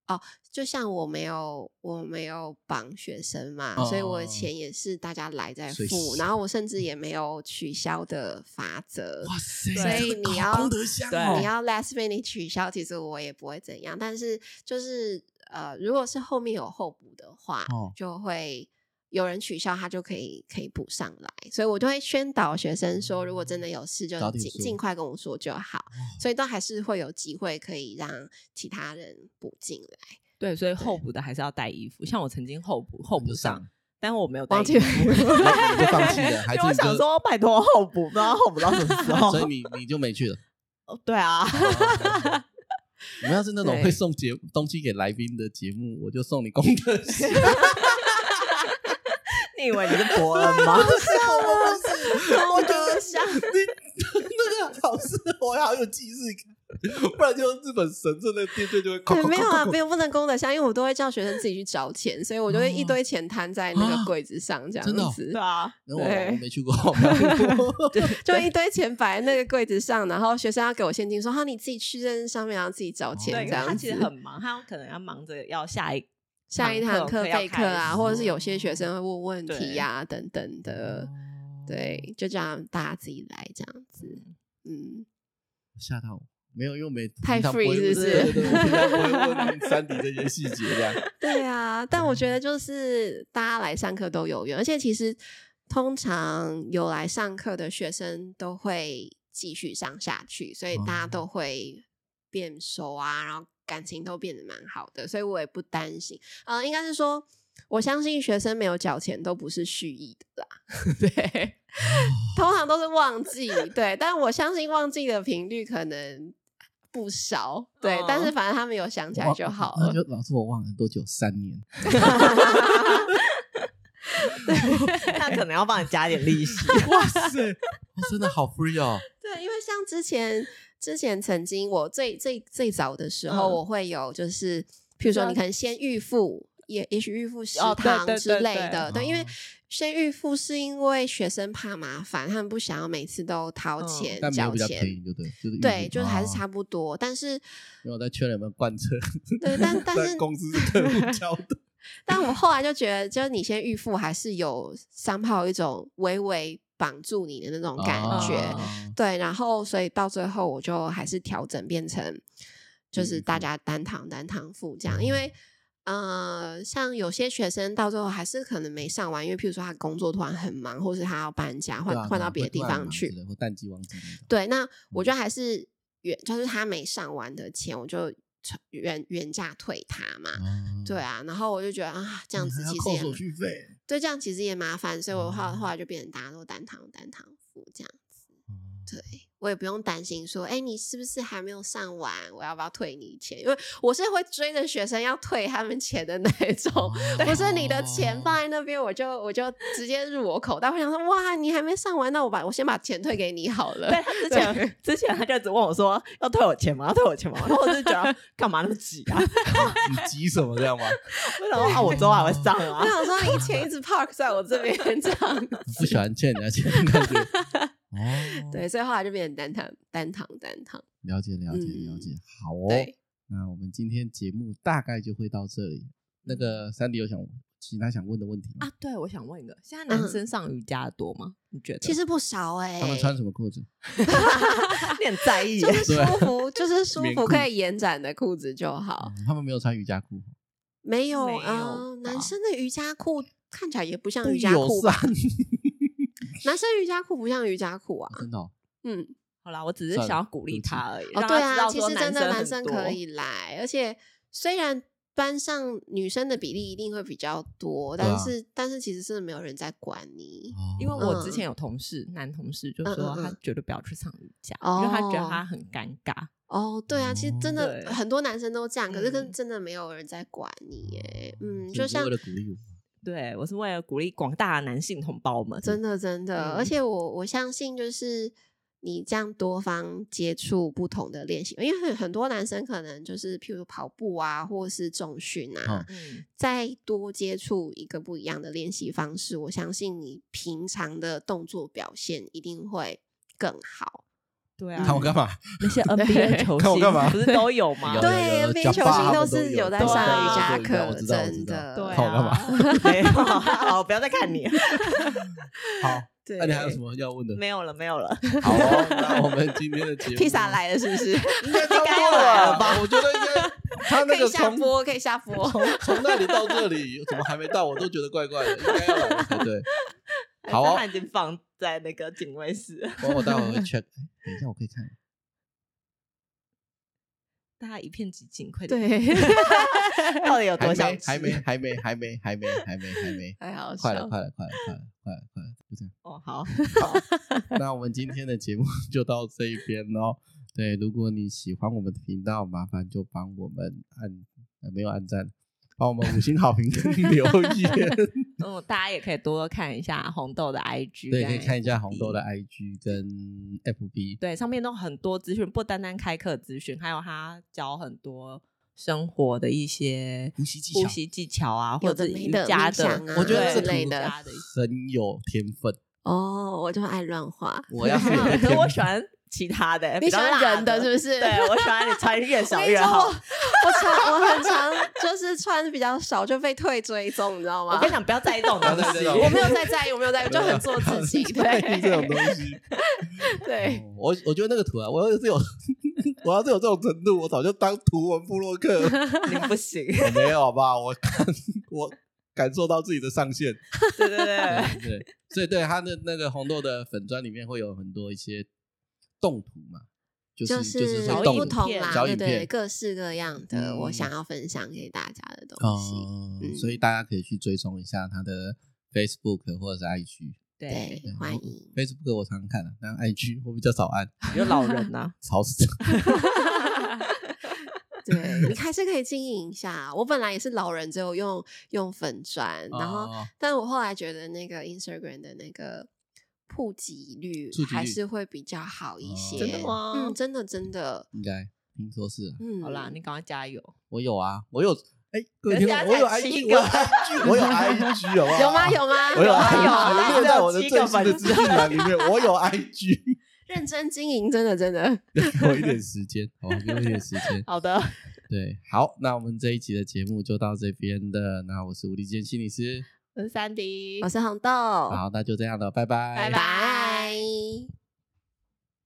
B: 哦，就像我没有我没有绑学生嘛，所以我的
C: 哦
B: 钱也是大家来在
C: 所以
B: 付，
C: 是
B: 然后我甚至也没有取消的法则。
C: 哇塞，
A: 所
C: 这
B: 以
C: 个
B: 你
C: 好功
B: 要
C: 德箱
A: 对
C: 哦
B: 你要 last minute 取消，其实我也不会怎样，但是就是呃，如果是后面有候补的话，
C: 哦
B: 就会有人取消，他就可以可以补上来，所以我就会宣导学生说，如果真的有事，就
C: 嗯早点
B: 尽
C: 说哦
B: 尽快跟我说就好，所以都还是会有机会可以让其他人补进来。
A: 对，所以候补的还是要带衣服。像我曾经候补候
C: 你
A: 补
C: 就
A: 上
C: 了，，
A: 但我没有带
B: 忘
A: 衣
B: 记
A: 服，
C: 你就放弃了，还
A: 因为
C: 是
A: 我
C: 你就
A: 想，说拜托候补，不知道候补到什么时候。
C: 所以你你就没去了。
A: 哦 对啊，
C: 哦 我们要是那种
A: 对
C: 会送节东西给来宾的节目，我就送你功德 箱。
A: 你以为你是伯恩吗？
B: 功德箱，
C: 那个好是我好有记事感，不然就日本神社那个电队就会哐
B: 对，
C: 哐
B: 没有
C: 哐
B: 啊，
C: 哐
B: 没有不能功德箱，因为我都会叫学生自己去找钱，所以我就会一
C: 哦
B: 堆钱摊在那
C: 啊
B: 个柜子上，这样
C: 真的哦
B: 子。
A: 对啊，
C: 然后我
B: 对
C: 我没去过，我没去 过哦
B: 就一堆钱摆在那个柜子上，然后学生要给我现金，说哈你自己去认识上面，然后自己找钱
A: 对，因
B: 这
A: 为
B: 样
A: 他
B: 子。
A: 其实很忙，他可能要忙着要下一
B: 下一堂课
A: 要
B: 备
A: 开
B: 课啊，
A: 始
B: 或者是有些学生会问问
A: 对
B: 题呀、啊、等等的，对，就这样大家自己来这样子，嗯，
C: 吓到我，没有，因为我没
B: 太
C: 平常不会
B: free
C: 问
B: 是不
C: 对
B: 是
C: 对对，我平常不会问三 D 这些细节 这样。
B: 对啊。但我觉得就是大家来上课都有缘，而且其实通常有来上课的学生都会继续上下去，所以大家
C: 哦
B: 都会变熟啊，然后感情都变得蛮好的，所以我也不担心。呃，应该是说，我相信学生没有缴钱都不是蓄意的啦， 对，通常都是忘记，对，但我相信忘记的频率可能不少，对，
A: 哦
B: 但是反正他们有想起来就好
C: 那
B: 了，
C: 就老师，我忘了多久？三年。
A: 他可能要帮你加点利 息。
C: 哇塞，我真的好 free 哦！
B: 对，因为像之前之前曾经我最最最早的时候，
A: 嗯
B: 我会有就是，譬如说
A: 对
B: 你可能先预付，也也许预付食
A: 哦对
B: 堂
A: 对
B: 之
A: 对
B: 类
A: 对
B: 的，对，因为
C: 哦
B: 先预付是因为学生怕麻烦，他们不想要每次都掏
A: 嗯
B: 钱
C: 但没有
B: 交
C: 比较便
B: 钱。
C: 宜，哦就对，就是
B: 对，就是还是
C: 差。
B: 差不多，但是
C: 因为我在圈里面贯彻，
B: 对，但 但是
C: 公司是客户教的，
B: 但我后来就觉得，就是你先预付，还是有三炮一种微微绑住你 的那种感觉。
A: 哦
C: 啊
B: 对，然后所以到最后我就还是调整变成，就
C: 预
B: 是
C: 付
B: 大家单堂单堂付这样，
C: 嗯
B: 因为呃，像有些学生到最后还是可能没上完，因为譬如说他工作突然很忙，或是他要搬家换换到别的地方去，，
C: 啊对啊对啊会突然忙之类嗯或淡季旺季那种。
B: 对，那我就还是原就是他没上完的钱，我就成原原价退他嘛。
C: 哦
B: 对，啊，然后我就觉得啊，这样
C: 你
B: 子
C: 嗯还要
B: 其实
C: 扣
B: 也
C: 手
B: 蛮
C: 续费。
B: 对，这样其实也麻烦，所以我后
C: 嗯
B: 后来就变成大家都单堂单堂付这样子。
C: 哦
B: 对我也不用担心说，哎、你是不是还没有上完？我要不要退你钱？因为我是会追着学生要退他们钱的那一种， 不是
C: 哦
B: 你的钱放在那边，我就我就直接入我口袋。我想说，哇，你还没上完，那我把我先把钱退给你好了。
A: 对他之前之前他就只问我说要退我钱吗？要退我钱吗？然后我就觉得干嘛那么急啊？
C: 哦 你急什么 这样吗？
A: 为什么啊？我之后还会上啊
B: 我？想说，你钱一直 park 在我这 边这样。
C: 不喜欢欠人家钱的感 觉。哦，
B: 对，所以后来就变成单堂单堂单堂。
C: 了解了解
B: 嗯
C: 了解，好哦。
B: 对，
C: 那我们今天节目大概就会到这里。
B: 嗯
C: 那个三弟有想其他想问的问题吗？
A: 啊，对，我想问一个，现在男
B: 嗯
A: 生上瑜伽的多吗？你觉得？
B: 其实不少哎、
C: 他们穿什么裤子？
A: 你很在意耶
B: 就是
C: 对
B: 舒服，就是舒
C: 棉
B: 服
C: 裤
B: 可以延展的裤子就好。
C: 嗯他们没有穿瑜伽裤，
B: 没有
A: 没有
B: 啊、呃
A: 吧
B: 男生的瑜伽裤看起来也不像
C: 不
B: 瑜伽
C: 友
B: 裤吧？
C: 善，
B: 男生瑜伽裤不像瑜伽裤啊。
C: 真的哦。
B: 嗯，
A: 好啦，我只是
C: 算
A: 想
C: 了
A: 要鼓励
C: 对不起
A: 他而已。
B: 哦，
A: 让
B: 对
A: 他知
B: 啊，
A: 道
B: 其
A: 说
B: 实真的男
A: 很
B: 生
A: 多
B: 可以来，而且虽然班上女生的比例一定会比较多，
C: 对啊
B: 但是、但是其实真的没有人在管你。
C: 哦
A: 因为我之
B: 嗯
A: 前有同事，男同事就
B: 嗯
A: 说
B: 嗯
A: 他
B: 嗯
A: 绝对不要去上瑜伽，因为他觉得
B: 哦
A: 他很尴尬。
B: 哦，对啊，其实真
A: 哦
B: 的
A: 对
B: 很多男生都这样，可是跟
A: 嗯
B: 真的没有人在管你耶。嗯，
C: 所以
B: 就
C: 你是
B: 像
C: 为了鼓励我，
A: 对我是为了鼓励广大的男性同胞们，
B: 真的真的，而
A: 嗯
B: 且我我相信就是你这样多方接触不同的练习，因为很很多男生可能就是譬如跑步啊，或是重训啊，
A: 嗯
B: 再多接触一个不一样的练习方式，我相信你平常的动作表现一定会更好。
A: 对
B: 嗯
A: 啊，
C: 看我干嘛？
A: 那些 NBA 球
C: 看我干嘛
A: 星不是都有吗
C: 有？
B: 对
C: 有有
B: NBA
C: 讲
B: 球
C: 吧
B: 星
C: 他
B: 都
C: 们
B: 是有
C: 有
B: 在
C: 对
A: 上
C: 啊
A: 瑜伽
C: 我知道我
B: 课
C: 知道我
B: 真
C: 知道
B: 的
A: 对啊，
C: 看我干 嘛
A: 没有，好，不要再看你。
C: 好，
A: 对
C: 那你还有什？么要问的？
A: 没有了，没有了。
C: 好哦，那我们今天的节目
B: 披 萨来了是不是？
C: 应该差不
A: 应该
C: 多
A: 来
C: 了
A: 了
C: 吧？我觉得应 该他
B: 可
C: 那个
B: 以下
C: 从
B: 播，可以下播。
C: 从从那里到这里，怎么还没到？我都觉得怪怪的，应该要来了才对。 好
A: 但
C: 哦
A: 是他已经放在那个警卫 室，
C: 我我待会会 check，哎等一下我可以看。
A: 大家一片寂静，快点。
B: 对，
A: 到底有
C: 还
A: 多想
C: 没，
A: 吃？
C: 还没，还没，还没，还没，还没，还 没，
B: 太好
C: 快了，
B: 笑
C: 快了，快了，快了，快了，快了，就这样。
A: 哦， 好，
C: 那我们今天的节目 就到这一边喽。对，如果你喜欢我们的频道，麻烦就帮我们按，呃、没有按赞，帮我们五星好评跟留言。
A: 嗯，大家也可以多多看一下红豆的 IG，
C: 对，
A: 跟
C: 可以看一下红豆的
A: FB。
C: IG 跟 FB。
A: 对，上面都很多资讯，不单单开课资讯，还有他教很多生活的一些
C: 呼吸技巧
A: 呼吸技巧啊，或
B: 有
A: 者
B: 的
A: 是
B: 没
A: 瑜
B: 的
A: 伽
B: 冥想啊
C: 我觉得
A: 对
C: 这
B: 之类
C: 图
B: 的
A: 瑜伽一些
C: 很有天分，
B: 哦，我就爱乱画。
C: 我要是有
A: 可是
C: 天
A: 我
C: 分
A: 喜欢其他
C: 哎
A: 的，
B: 你喜欢人的
A: 的
B: 是啊不是？
A: 对，我喜欢你穿越
B: 我
A: 少
B: 跟你
A: 越
B: 说，我
A: 好。
B: 我常我很常就是穿比较少就被退追踪，你知道
A: 我
B: 吗
A: 跟？你讲，不要在意这种东
C: 不要在意
A: 西
C: 这。种
B: 我没有在在意，我没有在意，就很做自己。
C: 在意这种
B: 对
C: 东西。
B: 对，
C: 哦我我觉得那个图啊，我要是有， 我要是有这种程度，我早就当图文部落客了。
A: 你不 行，
C: 我没有吧？我感我感受到自己的上限。
A: 对对对，
C: 对对，所以对他的那个红豆的粉砖里面会有很多一些动图嘛，就是
B: 是
C: 是
A: 小
B: 不
C: 会动
A: 影
C: 图哦
B: 同
A: 片
B: 啦，
C: 小
B: 对
C: 影
B: 对，
C: 片
B: 各式各样的，
C: 嗯
B: 我想要分享给大家的东西。
C: 哦
B: 嗯，
C: 所以大家可以去追踪一下他的 Facebook 或者是 IG。
A: 对
B: 对，欢
C: 哦
B: 迎。
C: Facebook 我常常看的、啊但 IG 我比较少按，
A: 有老人呐，
C: 吵死了。
B: 对你还是可以经营一下。我本来也是老人，只有用用粉砖，嗯然后
C: 哦
B: 但我后来觉得那个 Instagram 的那个普及率
C: 触及率
B: 还是会比较好一些。
C: 哦真的
A: 吗
B: 嗯，真的真的。
C: 应该听说是、啊，
B: 嗯，
A: 好啦，你赶快加油。
C: 我有啊，我有，哎、各位
A: 人
C: 听
A: 家
C: 众，我有
A: 才七
C: IG，
A: 个
C: 我有 IG，我有 IG，好不 好？
B: 有吗？。有吗？
C: 我有
B: 吗？有
C: IG，
B: 啊
C: 我
A: 有
C: 列在我
A: 只
C: 的
A: 有
C: 最
A: 七个
C: 新的
A: 粉
C: 资讯栏里面。我有 IG，
B: 认真经营，真的真的。
C: 给我一点时间，好吧，给我一点时间。
A: 好的，
C: 对，好，那我们这一集的节目就到这边的。那我是吴立健心理师，
A: 我是三迪，
B: 我是红豆，
C: 好，那就这样了，拜拜，
A: 拜
B: 拜拜。